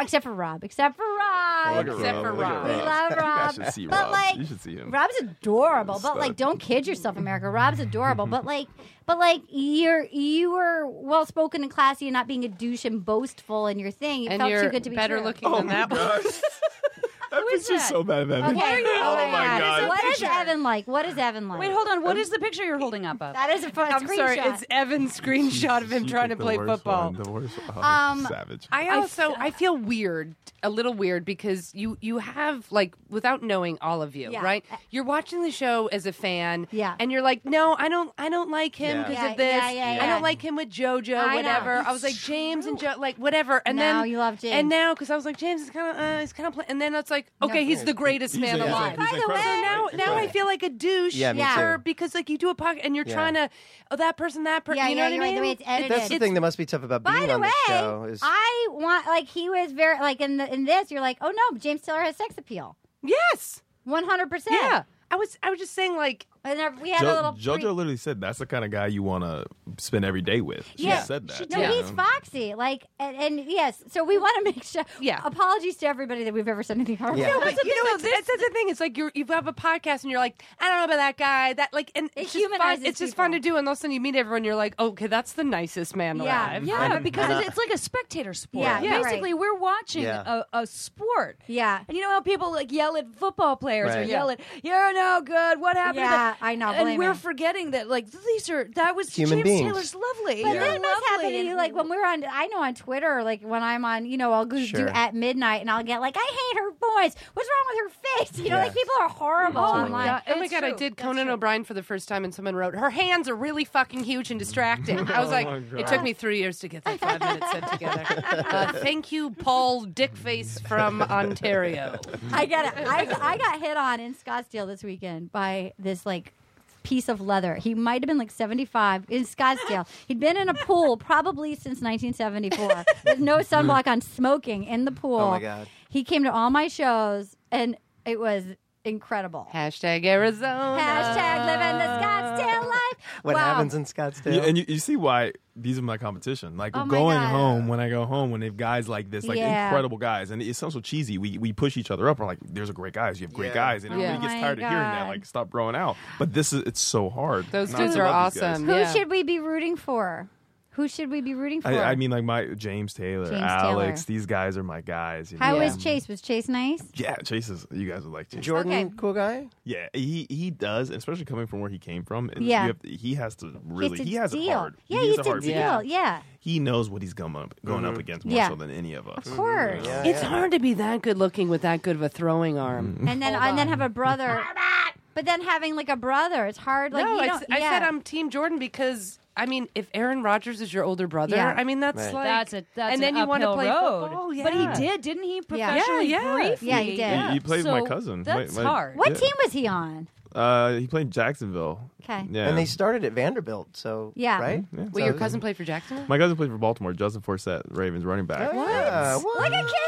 Speaker 1: except for Rob, except for Rob,
Speaker 4: Look at
Speaker 2: Except
Speaker 4: Rob,
Speaker 2: for
Speaker 4: look at
Speaker 2: Rob.
Speaker 1: we
Speaker 2: Rob.
Speaker 1: love Rob.
Speaker 4: You guys should see
Speaker 1: but
Speaker 4: Rob.
Speaker 1: like
Speaker 4: you should see him.
Speaker 1: Rob's adorable, but
Speaker 4: Stud.
Speaker 1: like don't kid yourself, America. Rob's adorable, but like but like you're you were well spoken and classy and not being a douche and boastful in your thing. It
Speaker 2: And
Speaker 1: felt
Speaker 2: you're
Speaker 1: too good to be
Speaker 2: better
Speaker 1: true.
Speaker 2: looking than that one.
Speaker 4: That picture's
Speaker 5: that?
Speaker 4: so bad of Evan.
Speaker 1: Okay.
Speaker 4: Oh my god.
Speaker 1: What is
Speaker 5: Picture.
Speaker 1: Evan like? What is Evan like?
Speaker 5: Wait, hold on.
Speaker 3: Um,
Speaker 5: What is the picture you're holding up of?
Speaker 1: That is a fun
Speaker 2: I'm
Speaker 1: screenshot.
Speaker 2: sorry. It's Evan's screenshot of him
Speaker 4: She
Speaker 2: trying to
Speaker 4: picked the
Speaker 2: play
Speaker 4: worst
Speaker 2: football.
Speaker 4: one, the worst- oh,
Speaker 1: Um,
Speaker 4: savage.
Speaker 2: I also I feel weird, a little weird because you you have like without knowing all of you,
Speaker 1: Yeah.
Speaker 2: right? You're watching the show as a fan,
Speaker 1: Yeah.
Speaker 2: and you're like, no, I don't I don't like him
Speaker 3: Yeah.
Speaker 2: because
Speaker 1: Yeah,
Speaker 2: of this.
Speaker 1: yeah, yeah,
Speaker 2: I
Speaker 1: yeah.
Speaker 2: don't like him with JoJo,
Speaker 1: I know.
Speaker 2: whatever. I was like James and Joe, like whatever. And
Speaker 1: Now
Speaker 2: then
Speaker 1: you love James.
Speaker 2: and now because I was like James is kind of uh, he's kind of play-. and then it's like okay, he's the greatest
Speaker 4: He's
Speaker 2: man
Speaker 4: a- he's a-
Speaker 2: alive.
Speaker 4: he's
Speaker 1: By the way-
Speaker 2: So
Speaker 4: incredible,
Speaker 2: now,
Speaker 4: right?
Speaker 2: now I feel like a douche
Speaker 3: Yeah, me
Speaker 1: Yeah. too.
Speaker 2: for- because like you do a podcast and you're
Speaker 3: Yeah.
Speaker 2: trying to oh that person that person
Speaker 1: Yeah,
Speaker 2: you
Speaker 1: yeah,
Speaker 2: know
Speaker 1: you're
Speaker 2: what I
Speaker 1: right,
Speaker 2: mean
Speaker 1: the way it's edited.
Speaker 3: That's the
Speaker 2: It's-
Speaker 3: thing that must be tough about
Speaker 1: By
Speaker 3: being
Speaker 1: the
Speaker 3: on
Speaker 1: way,
Speaker 3: the show. Is
Speaker 1: I want like he was very like in the in this. You're like, oh no, James Taylor has sex appeal,
Speaker 2: yes
Speaker 1: one hundred percent.
Speaker 2: yeah. I was I was just saying like
Speaker 1: and there- we had a
Speaker 4: Jo-
Speaker 1: little.
Speaker 4: JoJo
Speaker 1: pre-
Speaker 4: literally said that's the kind of guy you want to spend every day with. She
Speaker 1: Yeah.
Speaker 4: said that.
Speaker 1: No,
Speaker 4: you
Speaker 1: he's
Speaker 4: know?
Speaker 1: foxy. Like, and, and yes, so we want to make sure.
Speaker 2: Yeah.
Speaker 1: Apologies to everybody that we've ever said anything harmful.
Speaker 3: Yeah. No,
Speaker 2: But you know, it's, it's, that's the thing. It's like you you have a podcast and you're like, I don't know about that guy. That like, and
Speaker 1: It
Speaker 2: it's just fun.
Speaker 1: humanizes
Speaker 2: It's just fun to
Speaker 1: people.
Speaker 2: do. And all of a sudden you meet everyone. You're like, okay, that's the nicest man
Speaker 1: Yeah.
Speaker 2: alive.
Speaker 5: Yeah,
Speaker 3: And-
Speaker 5: because
Speaker 3: and, uh,
Speaker 5: it's, it's like a spectator sport.
Speaker 1: Yeah, Yeah.
Speaker 5: basically,
Speaker 1: right.
Speaker 5: we're watching
Speaker 3: Yeah.
Speaker 5: a, a sport.
Speaker 1: Yeah.
Speaker 5: and you know how people like yell at football players or
Speaker 3: Right.
Speaker 5: yell at "You're no good," what happened? to
Speaker 1: Yeah,
Speaker 5: that?"
Speaker 1: I know,
Speaker 5: And
Speaker 1: blame
Speaker 5: we're
Speaker 1: me.
Speaker 5: forgetting that like these are that was
Speaker 3: Human
Speaker 5: James
Speaker 3: beings.
Speaker 5: Taylor's lovely.
Speaker 1: But
Speaker 5: You're
Speaker 1: that must happen
Speaker 5: lovely
Speaker 1: to you.
Speaker 5: and-
Speaker 1: Like when we're on, I know on Twitter, like when I'm on, you know, I'll go do
Speaker 3: Sure.
Speaker 1: at midnight and I'll get like, I hate her voice. What's wrong with her face? You know,
Speaker 3: Yeah.
Speaker 1: like people are horrible
Speaker 5: Oh, my
Speaker 1: online.
Speaker 5: God.
Speaker 2: Oh my
Speaker 5: It's
Speaker 2: god, I
Speaker 5: true.
Speaker 2: did
Speaker 5: That's
Speaker 2: Conan O'Brien for the first time, and someone wrote, "Her hands are really fucking huge and distracting." I was like,
Speaker 4: my
Speaker 2: "It took me three years to get that five minutes set together." Uh, thank you, Paul Dickface from Ontario.
Speaker 1: I get it. I, I got hit on in Scottsdale this weekend by this like piece of leather. He might have been like 75 in Scottsdale. He'd been in a pool probably since 1974 with no sunblock on, smoking in the pool.
Speaker 3: Oh, my God.
Speaker 1: He came to all my shows and it was incredible.
Speaker 2: Hashtag Arizona.
Speaker 1: Hashtag living the Scottsdale life.
Speaker 3: what
Speaker 1: wow.
Speaker 3: happens in Scottsdale?
Speaker 4: Yeah, and you, you see why these are my competition. Like
Speaker 1: Oh my
Speaker 4: going
Speaker 1: God.
Speaker 4: home when I go home, when they have guys like this, like
Speaker 1: Yeah.
Speaker 4: incredible guys, and it sounds so cheesy. We we push each other up. We're like, "There's a great guys. You have great
Speaker 3: Yeah.
Speaker 4: guys," and
Speaker 2: Yeah.
Speaker 4: everybody
Speaker 1: Oh
Speaker 4: gets
Speaker 1: my
Speaker 4: tired of hearing that.
Speaker 1: God.
Speaker 4: Like, stop growing out. But this is it's so hard.
Speaker 2: Those
Speaker 4: Not to
Speaker 2: dudes are
Speaker 4: love these guys.
Speaker 2: awesome.
Speaker 1: Who
Speaker 2: Yeah.
Speaker 1: should we be rooting for? Who should we be rooting for?
Speaker 4: I, I mean, like my James Taylor,
Speaker 1: James
Speaker 4: Alex.
Speaker 1: Taylor.
Speaker 4: These guys are my guys. you
Speaker 1: how
Speaker 4: know? Um,
Speaker 1: was Chase? Was Chase nice?
Speaker 4: Yeah, Chase is. You guys would like Chase.
Speaker 3: Jordan,
Speaker 1: Okay.
Speaker 3: cool guy.
Speaker 4: Yeah, he he does, especially coming from where he came from. and
Speaker 1: Yeah.
Speaker 4: you have to- he has to really.
Speaker 1: he has to
Speaker 4: He has
Speaker 1: deal.
Speaker 4: it hard.
Speaker 1: Yeah,
Speaker 4: he
Speaker 1: he
Speaker 4: has
Speaker 1: has
Speaker 4: a
Speaker 1: to
Speaker 4: hard
Speaker 1: deal.
Speaker 4: because
Speaker 1: Yeah.
Speaker 4: He knows what he's going up going
Speaker 3: Mm-hmm.
Speaker 4: up against more
Speaker 1: Yeah.
Speaker 4: so than any of us.
Speaker 1: of course.
Speaker 3: Yeah,
Speaker 2: It's
Speaker 3: yeah.
Speaker 2: hard to be that good looking with that good of a throwing arm.
Speaker 1: And then and then have a brother. but then having like a brother, it's hard. Like
Speaker 2: no,
Speaker 1: you
Speaker 2: I,
Speaker 1: don't,
Speaker 2: s- I
Speaker 1: yeah.
Speaker 2: said I'm Team Jordan because I mean, if Aaron Rodgers is your older brother,
Speaker 1: Yeah.
Speaker 2: I mean that's
Speaker 3: Right.
Speaker 2: like
Speaker 5: that's a that's
Speaker 2: and then
Speaker 5: an
Speaker 2: you want to
Speaker 5: uphill
Speaker 2: play
Speaker 5: road.
Speaker 2: football. Yeah.
Speaker 5: But he did, didn't he?
Speaker 1: Yeah.
Speaker 5: Professionally,
Speaker 2: Yeah, yeah.
Speaker 5: briefly.
Speaker 1: Yeah, he did.
Speaker 4: He, he plays with my
Speaker 5: So
Speaker 4: cousin. My-
Speaker 5: That's
Speaker 4: my-
Speaker 5: hard.
Speaker 1: What
Speaker 4: yeah.
Speaker 1: team was he on?
Speaker 4: Uh, he played Jacksonville.
Speaker 1: 'Kay.
Speaker 4: Yeah. Mm-hmm.
Speaker 3: And they started at Vanderbilt, so
Speaker 1: Yeah.
Speaker 3: right.
Speaker 4: Yeah.
Speaker 2: Well, your cousin played for Jacksonville.
Speaker 4: my cousin played for Baltimore. Justin Forsett, Ravens running back.
Speaker 3: What? Oh, Yeah, what?
Speaker 1: Look at Katie.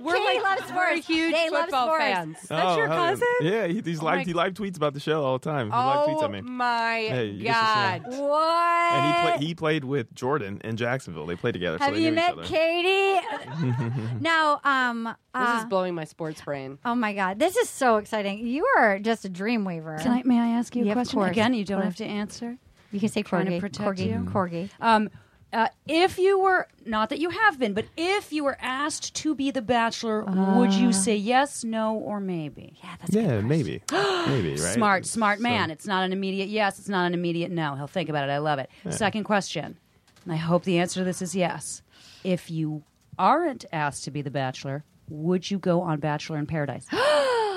Speaker 2: We're
Speaker 1: Katie
Speaker 2: like
Speaker 1: loves
Speaker 2: we're
Speaker 1: sports.
Speaker 2: huge
Speaker 1: they love
Speaker 2: football
Speaker 1: sports.
Speaker 2: fans.
Speaker 4: Oh, hell yeah. Yeah, he, he's
Speaker 2: my-
Speaker 4: live. He live tweets about the show all the time. He live tweets
Speaker 2: Oh
Speaker 4: at me.
Speaker 2: my
Speaker 4: Hey, you get to see
Speaker 2: god!
Speaker 4: him.
Speaker 1: What?
Speaker 4: And he, play, he played with Jordan in Jacksonville. They played together. so
Speaker 1: Have
Speaker 4: they
Speaker 1: you
Speaker 4: knew each
Speaker 1: met
Speaker 4: other.
Speaker 1: Katie? now, um, uh,
Speaker 2: This is blowing my sports brain.
Speaker 1: oh my God, this is so exciting. You are just a dreamweaver.
Speaker 5: Can I, may I ask you a
Speaker 1: Yeah, of
Speaker 5: question?
Speaker 1: course.
Speaker 5: Again, you
Speaker 1: Of
Speaker 5: don't have
Speaker 1: course.
Speaker 5: to answer.
Speaker 1: you can say
Speaker 5: Trying to
Speaker 1: corgi,
Speaker 5: protect
Speaker 1: corgi,
Speaker 5: you.
Speaker 1: corgi.
Speaker 5: Um, uh, if you were, not that you have been, but if you were asked to be the bachelor, would you say yes, no, or maybe?
Speaker 1: Ah. Yeah, that's
Speaker 4: Yeah, maybe, maybe. Right.
Speaker 5: Smart, smart
Speaker 4: So-
Speaker 5: man. It's not an immediate yes. It's not an immediate no. He'll think about it. I love it. Second question, and I hope the answer to this is yes. If you aren't asked to be the bachelor, would you go on Bachelor in Paradise?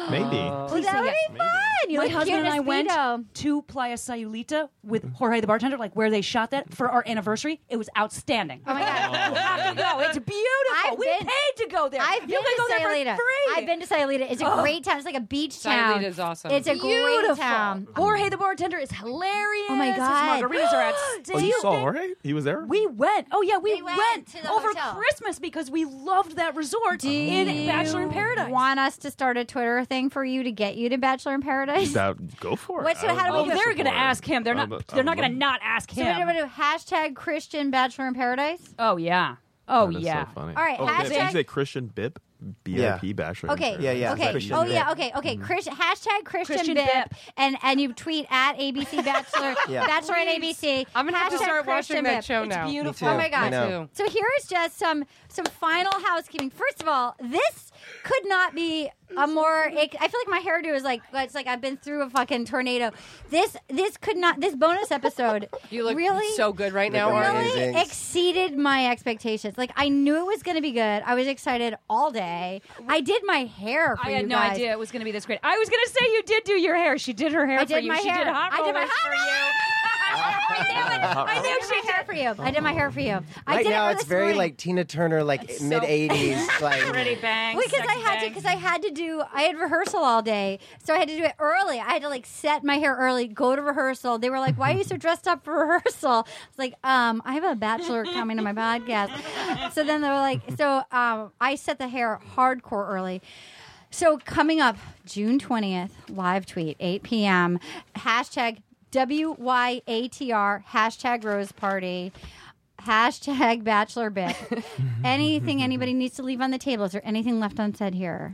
Speaker 4: Maybe.
Speaker 1: Well, that would be fun. You
Speaker 5: My
Speaker 1: look
Speaker 5: husband
Speaker 1: cute
Speaker 5: and
Speaker 1: in a
Speaker 5: I went
Speaker 1: speedo.
Speaker 5: to Playa Sayulita with Jorge the bartender, like where they shot that for our anniversary. It was outstanding.
Speaker 1: Oh my God.
Speaker 5: You have to go. It's beautiful.
Speaker 1: I've
Speaker 5: we
Speaker 1: been-
Speaker 5: paid to go there.
Speaker 1: I've
Speaker 5: you
Speaker 1: been
Speaker 5: can
Speaker 1: to
Speaker 5: go there
Speaker 1: Sayulita.
Speaker 5: for free. Oh.
Speaker 1: I've been to Sayulita. It's a great town. It's like a beach town.
Speaker 2: Sayulita's awesome.
Speaker 1: It's a
Speaker 5: beautiful.
Speaker 1: great town.
Speaker 5: Jorge the bartender is hilarious.
Speaker 1: Oh my God.
Speaker 5: His margaritas are
Speaker 4: Oh,
Speaker 5: outstanding.
Speaker 4: you saw, right? He was there.
Speaker 5: We went. Oh yeah, we
Speaker 1: We went to the
Speaker 5: over
Speaker 1: hotel.
Speaker 5: Christmas because we loved that resort
Speaker 1: Do
Speaker 5: in Bachelor in
Speaker 1: you
Speaker 5: Paradise.
Speaker 1: Want us to start a Twitter thing for you to get you to Bachelor in Paradise?
Speaker 4: That, go for it.
Speaker 1: What's-
Speaker 4: I would
Speaker 1: how do we
Speaker 5: Oh,
Speaker 4: love
Speaker 1: do it?
Speaker 5: they're
Speaker 4: support
Speaker 5: gonna
Speaker 4: it.
Speaker 5: ask him. They're
Speaker 4: I
Speaker 5: not.
Speaker 4: would- I
Speaker 5: they're not
Speaker 4: would
Speaker 5: gonna
Speaker 4: love-
Speaker 5: not ask
Speaker 1: So we're
Speaker 5: him.
Speaker 1: gonna do hashtag Christian Bachelor in Paradise.
Speaker 5: oh yeah. Oh
Speaker 4: That is so
Speaker 5: yeah.
Speaker 4: funny.
Speaker 1: All right,
Speaker 4: Oh, did- did
Speaker 1: hashtag-
Speaker 4: you say Christian Bip? B I P Bachelor. in
Speaker 1: Okay.
Speaker 4: Paradise.
Speaker 3: yeah,
Speaker 1: Okay.
Speaker 3: Christian
Speaker 1: oh
Speaker 3: Bip. Mm-hmm.
Speaker 1: yeah. Okay. Okay. Christian hashtag Christian,
Speaker 5: Christian
Speaker 1: Bip,
Speaker 5: Bip.
Speaker 1: and and you tweet at ABC Bachelor
Speaker 3: Yeah.
Speaker 1: Bachelor at ABC.
Speaker 2: I'm gonna have to
Speaker 1: hashtag
Speaker 2: start
Speaker 1: Christian
Speaker 2: watching that
Speaker 1: Bip.
Speaker 2: show now.
Speaker 3: Me too.
Speaker 1: Oh my God.
Speaker 3: I know.
Speaker 2: Too.
Speaker 1: So here is just some some final housekeeping. First of all, this could not be a more. It, I feel like my hairdo is like it's like I've been through a fucking tornado. This this could not. This bonus episode.
Speaker 2: You look
Speaker 1: really
Speaker 2: so good right now,
Speaker 3: Look at
Speaker 2: Oregon.
Speaker 3: my-
Speaker 1: really
Speaker 3: Amazing.
Speaker 1: exceeded my expectations. Like I knew it was going to be good. I was excited all day. I did my hair. For
Speaker 5: I had
Speaker 1: you
Speaker 5: no
Speaker 1: guys.
Speaker 5: idea it was going to be this great. I was going to say you did do your hair. She did her hair
Speaker 1: I
Speaker 5: for
Speaker 1: did
Speaker 5: you.
Speaker 1: my
Speaker 5: she
Speaker 1: hair.
Speaker 5: did hot
Speaker 1: I did my
Speaker 5: rollers
Speaker 1: hot
Speaker 5: for you.
Speaker 1: I knew it. I knew she did my hair for you. I did my hair for you. I
Speaker 3: Right
Speaker 1: did it
Speaker 3: now,
Speaker 1: for
Speaker 3: it's
Speaker 1: this
Speaker 3: very
Speaker 1: morning.
Speaker 3: like Tina Turner, like
Speaker 5: It's so-
Speaker 3: mid '80s,
Speaker 5: Pretty
Speaker 3: like
Speaker 5: bangs.
Speaker 1: because I
Speaker 5: sexy
Speaker 1: had to
Speaker 5: bangs.
Speaker 1: because I had to do I had rehearsal all day, so I had to do it early. I had to like set my hair early, go to rehearsal. They were like, "Why are you so dressed up for rehearsal?" I was like, "Um, I have a bachelor coming to my podcast." So then they were like, "So um, I set the hair hardcore early." So coming up June twentieth, live tweet eight p.m. hashtag W Y A T R hashtag Rose Party. Hashtag bachelor bit. Anything anybody needs to leave on the table? Is there anything left unsaid here?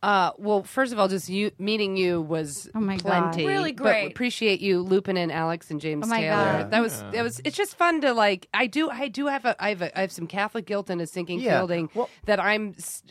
Speaker 2: Uh, well, first of all, just you meeting you was
Speaker 1: Oh my God.
Speaker 2: plenty.
Speaker 5: Really
Speaker 2: but
Speaker 5: great.
Speaker 2: appreciate you looping in Alex and James
Speaker 1: Oh my
Speaker 2: Taylor.
Speaker 1: God.
Speaker 2: That was that was. It's just fun to like. I do I do have a I have a, I have some Catholic guilt and a sinking
Speaker 3: Yeah.
Speaker 2: feeling
Speaker 3: Well-
Speaker 2: that I'm s-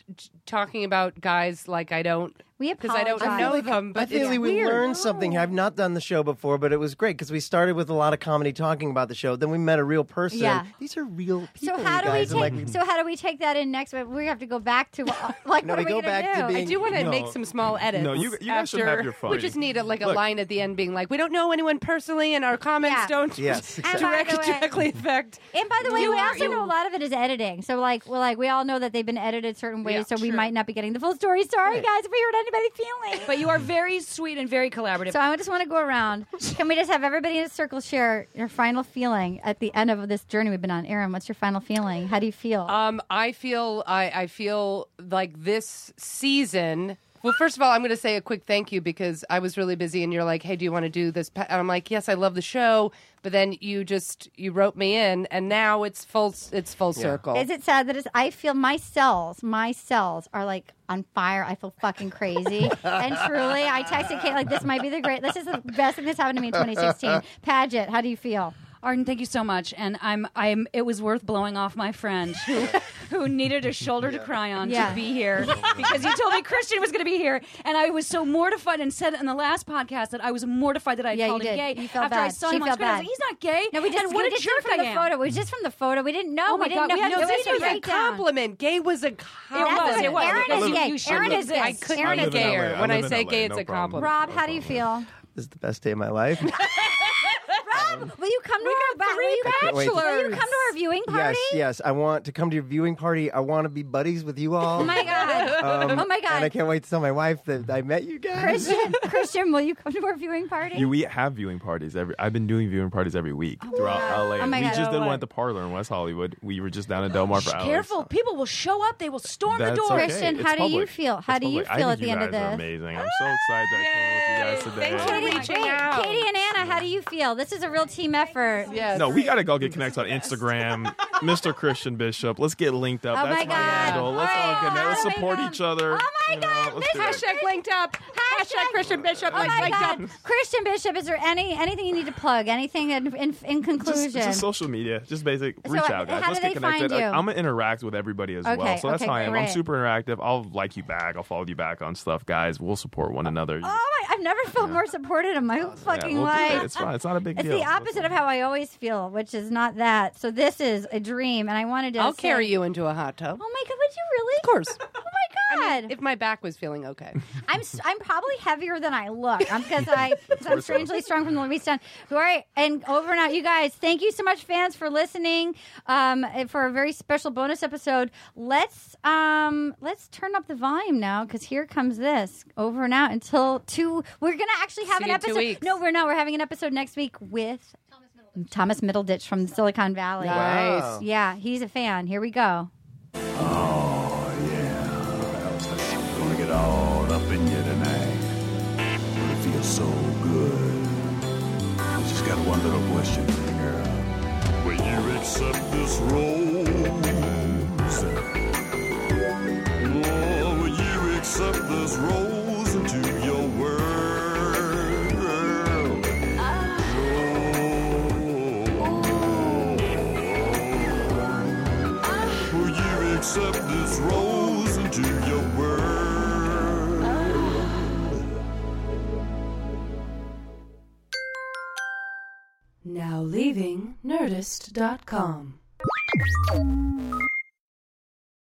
Speaker 2: talking about guys like I don't
Speaker 1: We
Speaker 2: because I don't
Speaker 1: apologize.
Speaker 2: know
Speaker 1: I feel
Speaker 2: them. But
Speaker 3: I feel
Speaker 2: it's
Speaker 3: like we
Speaker 2: weird.
Speaker 3: learned something here. I've not done the show before, but it was great because we started with a lot of comedy talking about the show. Then we met a real person.
Speaker 1: Yeah.
Speaker 3: These are real people.
Speaker 1: So how
Speaker 3: you
Speaker 1: do we
Speaker 3: guys,
Speaker 1: take?
Speaker 3: and, like,
Speaker 1: so how do we take that in next? We have to go back to uh, like
Speaker 3: No,
Speaker 1: what
Speaker 3: we
Speaker 1: are we gonna
Speaker 3: go back to
Speaker 1: do?
Speaker 2: I
Speaker 3: being-
Speaker 2: do want to
Speaker 4: No.
Speaker 2: make some small edits.
Speaker 4: No, you- you guys
Speaker 2: after,
Speaker 4: should have your fun.
Speaker 2: We just need a, like a
Speaker 4: Look.
Speaker 2: line at the end being like, we don't know anyone personally, and our comments
Speaker 1: Yeah.
Speaker 2: don't
Speaker 3: Yes,
Speaker 1: And by
Speaker 2: direct,
Speaker 1: the way-
Speaker 2: directly affect.
Speaker 1: And by the way,
Speaker 2: You
Speaker 1: we
Speaker 2: are-
Speaker 1: also
Speaker 2: you-
Speaker 1: know a lot of it is editing. So like, we're like, we all know that they've been edited certain ways, so
Speaker 2: Yeah,
Speaker 1: we
Speaker 2: sure.
Speaker 1: might not be getting the full story. Sorry, guys, if we hurt anybody feeling.
Speaker 5: But you are very sweet and very collaborative.
Speaker 1: So I just want to go around. Can we just have everybody in a circle share your final feeling at the end of this journey we've been on? Aaron, what's your final feeling? How do you feel?
Speaker 2: Um, I feel I, I feel like this season. Well, first of all, I'm going to say a quick thank you because I was really busy, and you're like, "Hey, do you want to do this?" pa-" And I'm like, "Yes, I love the show," but then you just you wrote me in, and now it's full it's full circle.
Speaker 1: Is it sad that it's, I feel my cells, my cells are like on fire. I feel fucking crazy. and truly, I texted Kate like this might be the great. This is the best thing that's happened to me in 2016. Paget, how do you feel?
Speaker 5: Arden, thank you so much. And I'm I'm it was worth blowing off my friend who who needed a shoulder to cry on
Speaker 1: Yeah.
Speaker 5: to be here because you told me Christian was going to be here and I was so mortified and said it in the last podcast that I was mortified that I
Speaker 1: Yeah,
Speaker 5: called
Speaker 1: you
Speaker 5: him
Speaker 1: did.
Speaker 5: gay
Speaker 1: You felt
Speaker 5: after I
Speaker 1: bad.
Speaker 5: saw
Speaker 1: She
Speaker 5: him on
Speaker 1: felt
Speaker 5: screen. I was
Speaker 1: bad.
Speaker 5: like, he's not gay.
Speaker 1: No, we just
Speaker 5: and what
Speaker 1: we
Speaker 5: a
Speaker 1: just
Speaker 5: jerk
Speaker 1: from
Speaker 5: I
Speaker 1: the
Speaker 5: am.
Speaker 1: photo. We just from the photo. We didn't know.
Speaker 5: Oh my
Speaker 1: we didn't
Speaker 5: God,
Speaker 1: know.
Speaker 5: we had
Speaker 1: no,
Speaker 5: no
Speaker 1: this
Speaker 5: idea.
Speaker 1: was
Speaker 5: Right
Speaker 2: a compliment. Gay was a
Speaker 5: was,
Speaker 2: compliment.
Speaker 5: it was.
Speaker 1: Aaron
Speaker 5: I
Speaker 1: is
Speaker 5: live-
Speaker 1: gay.
Speaker 4: you should
Speaker 1: Aaron
Speaker 4: live-
Speaker 1: is
Speaker 2: I
Speaker 1: gay.
Speaker 2: couldn't
Speaker 4: I
Speaker 1: Aaron
Speaker 2: be
Speaker 1: is
Speaker 4: live
Speaker 1: gay.
Speaker 4: in LA.
Speaker 2: gayer.
Speaker 4: I
Speaker 2: When
Speaker 4: live
Speaker 2: I
Speaker 4: in
Speaker 2: say
Speaker 4: LA,
Speaker 2: gay, it's
Speaker 4: no
Speaker 2: a
Speaker 4: problem.
Speaker 2: compliment.
Speaker 1: Rob, how do you feel?
Speaker 3: This is the best day of my life.
Speaker 1: Rob, will you come to
Speaker 2: We
Speaker 1: our
Speaker 2: got
Speaker 1: ba- will
Speaker 2: three
Speaker 1: you come-
Speaker 3: wait.
Speaker 1: Will you
Speaker 2: bachelors.
Speaker 1: come to our viewing
Speaker 3: yes,
Speaker 1: party?
Speaker 3: yes. I want to come to your viewing party. I want to be buddies with you all.
Speaker 1: Oh my god.
Speaker 3: Um,
Speaker 1: oh my
Speaker 3: And I
Speaker 1: god.
Speaker 3: can't wait to tell my wife that I met you guys.
Speaker 1: Christian, Christian, will you come to our viewing party?
Speaker 4: You, we have viewing parties every. I've been doing viewing parties every week throughout LA.
Speaker 1: Oh my
Speaker 4: we
Speaker 1: God.
Speaker 4: just
Speaker 1: Oh,
Speaker 4: did one
Speaker 5: what?
Speaker 4: at the parlor in West Hollywood. We were just down in Del Mar for hours.
Speaker 5: Careful, people will show up. They will storm
Speaker 4: That's
Speaker 5: the door.
Speaker 4: okay.
Speaker 1: Christian,
Speaker 4: It's
Speaker 1: how do you
Speaker 4: public.
Speaker 1: feel?
Speaker 4: It's
Speaker 1: How do you
Speaker 4: public. I
Speaker 1: feel
Speaker 4: think
Speaker 1: at the
Speaker 4: you
Speaker 1: end of
Speaker 4: guys are
Speaker 1: this?
Speaker 4: amazing. I'm so excited that I came with you guys today.
Speaker 2: Thanks for reaching
Speaker 1: Wait,
Speaker 2: out.
Speaker 1: Katie and Anna, how do you feel? This is a real team effort.
Speaker 2: Yes.
Speaker 4: No, we gotta go get connects on Instagram, Mr. Christian Bishop. Let's get linked up.
Speaker 1: Oh
Speaker 4: That's
Speaker 1: my God.
Speaker 4: handle. Let's
Speaker 1: Oh,
Speaker 4: all connect. Let's
Speaker 1: oh my
Speaker 4: support
Speaker 1: God.
Speaker 4: each other.
Speaker 1: Oh my
Speaker 4: You know,
Speaker 1: God,
Speaker 4: let's do it.
Speaker 1: Mr.
Speaker 2: Hashtag linked up. Hashtag Christian Bishop.
Speaker 1: Oh my
Speaker 2: linked
Speaker 1: God,
Speaker 2: up.
Speaker 1: Christian Bishop, is there any anything you need to plug? Anything in, in, in conclusion?
Speaker 4: Just, just social media. Just basic. Reach
Speaker 1: uh,
Speaker 4: out, guys.
Speaker 1: how
Speaker 4: Let's
Speaker 1: do
Speaker 4: get
Speaker 1: they find
Speaker 4: connected.
Speaker 1: you?
Speaker 4: I'm gonna interact with everybody as
Speaker 1: Okay,
Speaker 4: well. So that's
Speaker 1: okay,
Speaker 4: how I am. I'm
Speaker 1: great.
Speaker 4: super interactive. I'll like you back. I'll follow you back on stuff, guys. We'll support one another.
Speaker 1: oh my, I've never felt more supported in my whole fucking
Speaker 4: we'll do that.
Speaker 1: life.
Speaker 4: It's fine. It's not a big
Speaker 1: It's
Speaker 4: deal.
Speaker 1: the opposite of how I always feel, which is not that. So this is a dream, and I wanted to.
Speaker 2: I'll
Speaker 1: say-
Speaker 2: carry you into a hot tub.
Speaker 1: Oh my god! Would you really?
Speaker 2: Of course.
Speaker 1: Oh my god!
Speaker 2: If my back was feeling okay.
Speaker 1: I'm s- I'm probably heavier than I look. I'm because I 'cause I'm
Speaker 4: course so.
Speaker 1: strangely strong from the waist down. All right, and over and out, you guys. Thank you so much, fans, for listening. Um, and for a very special bonus episode. Let's um let's turn up the volume now because here comes this. Over and out until two. We're gonna actually have
Speaker 2: See
Speaker 1: an
Speaker 2: you in two
Speaker 1: episode.
Speaker 2: weeks.
Speaker 1: No, we're not. We're having an episode next week with Thomas Middleditch from Silicon Valley.
Speaker 2: Nice.
Speaker 3: Wow.
Speaker 1: Yeah, he's a fan. Here we go.
Speaker 7: Gonna get all up in you tonight. Gonna feel so good. I just got one little question, girl. Will you accept this rose? Oh, will you accept this rose into your world? Oh. Will you accept this rose into your world?
Speaker 8: Now leaving Nerdist.com.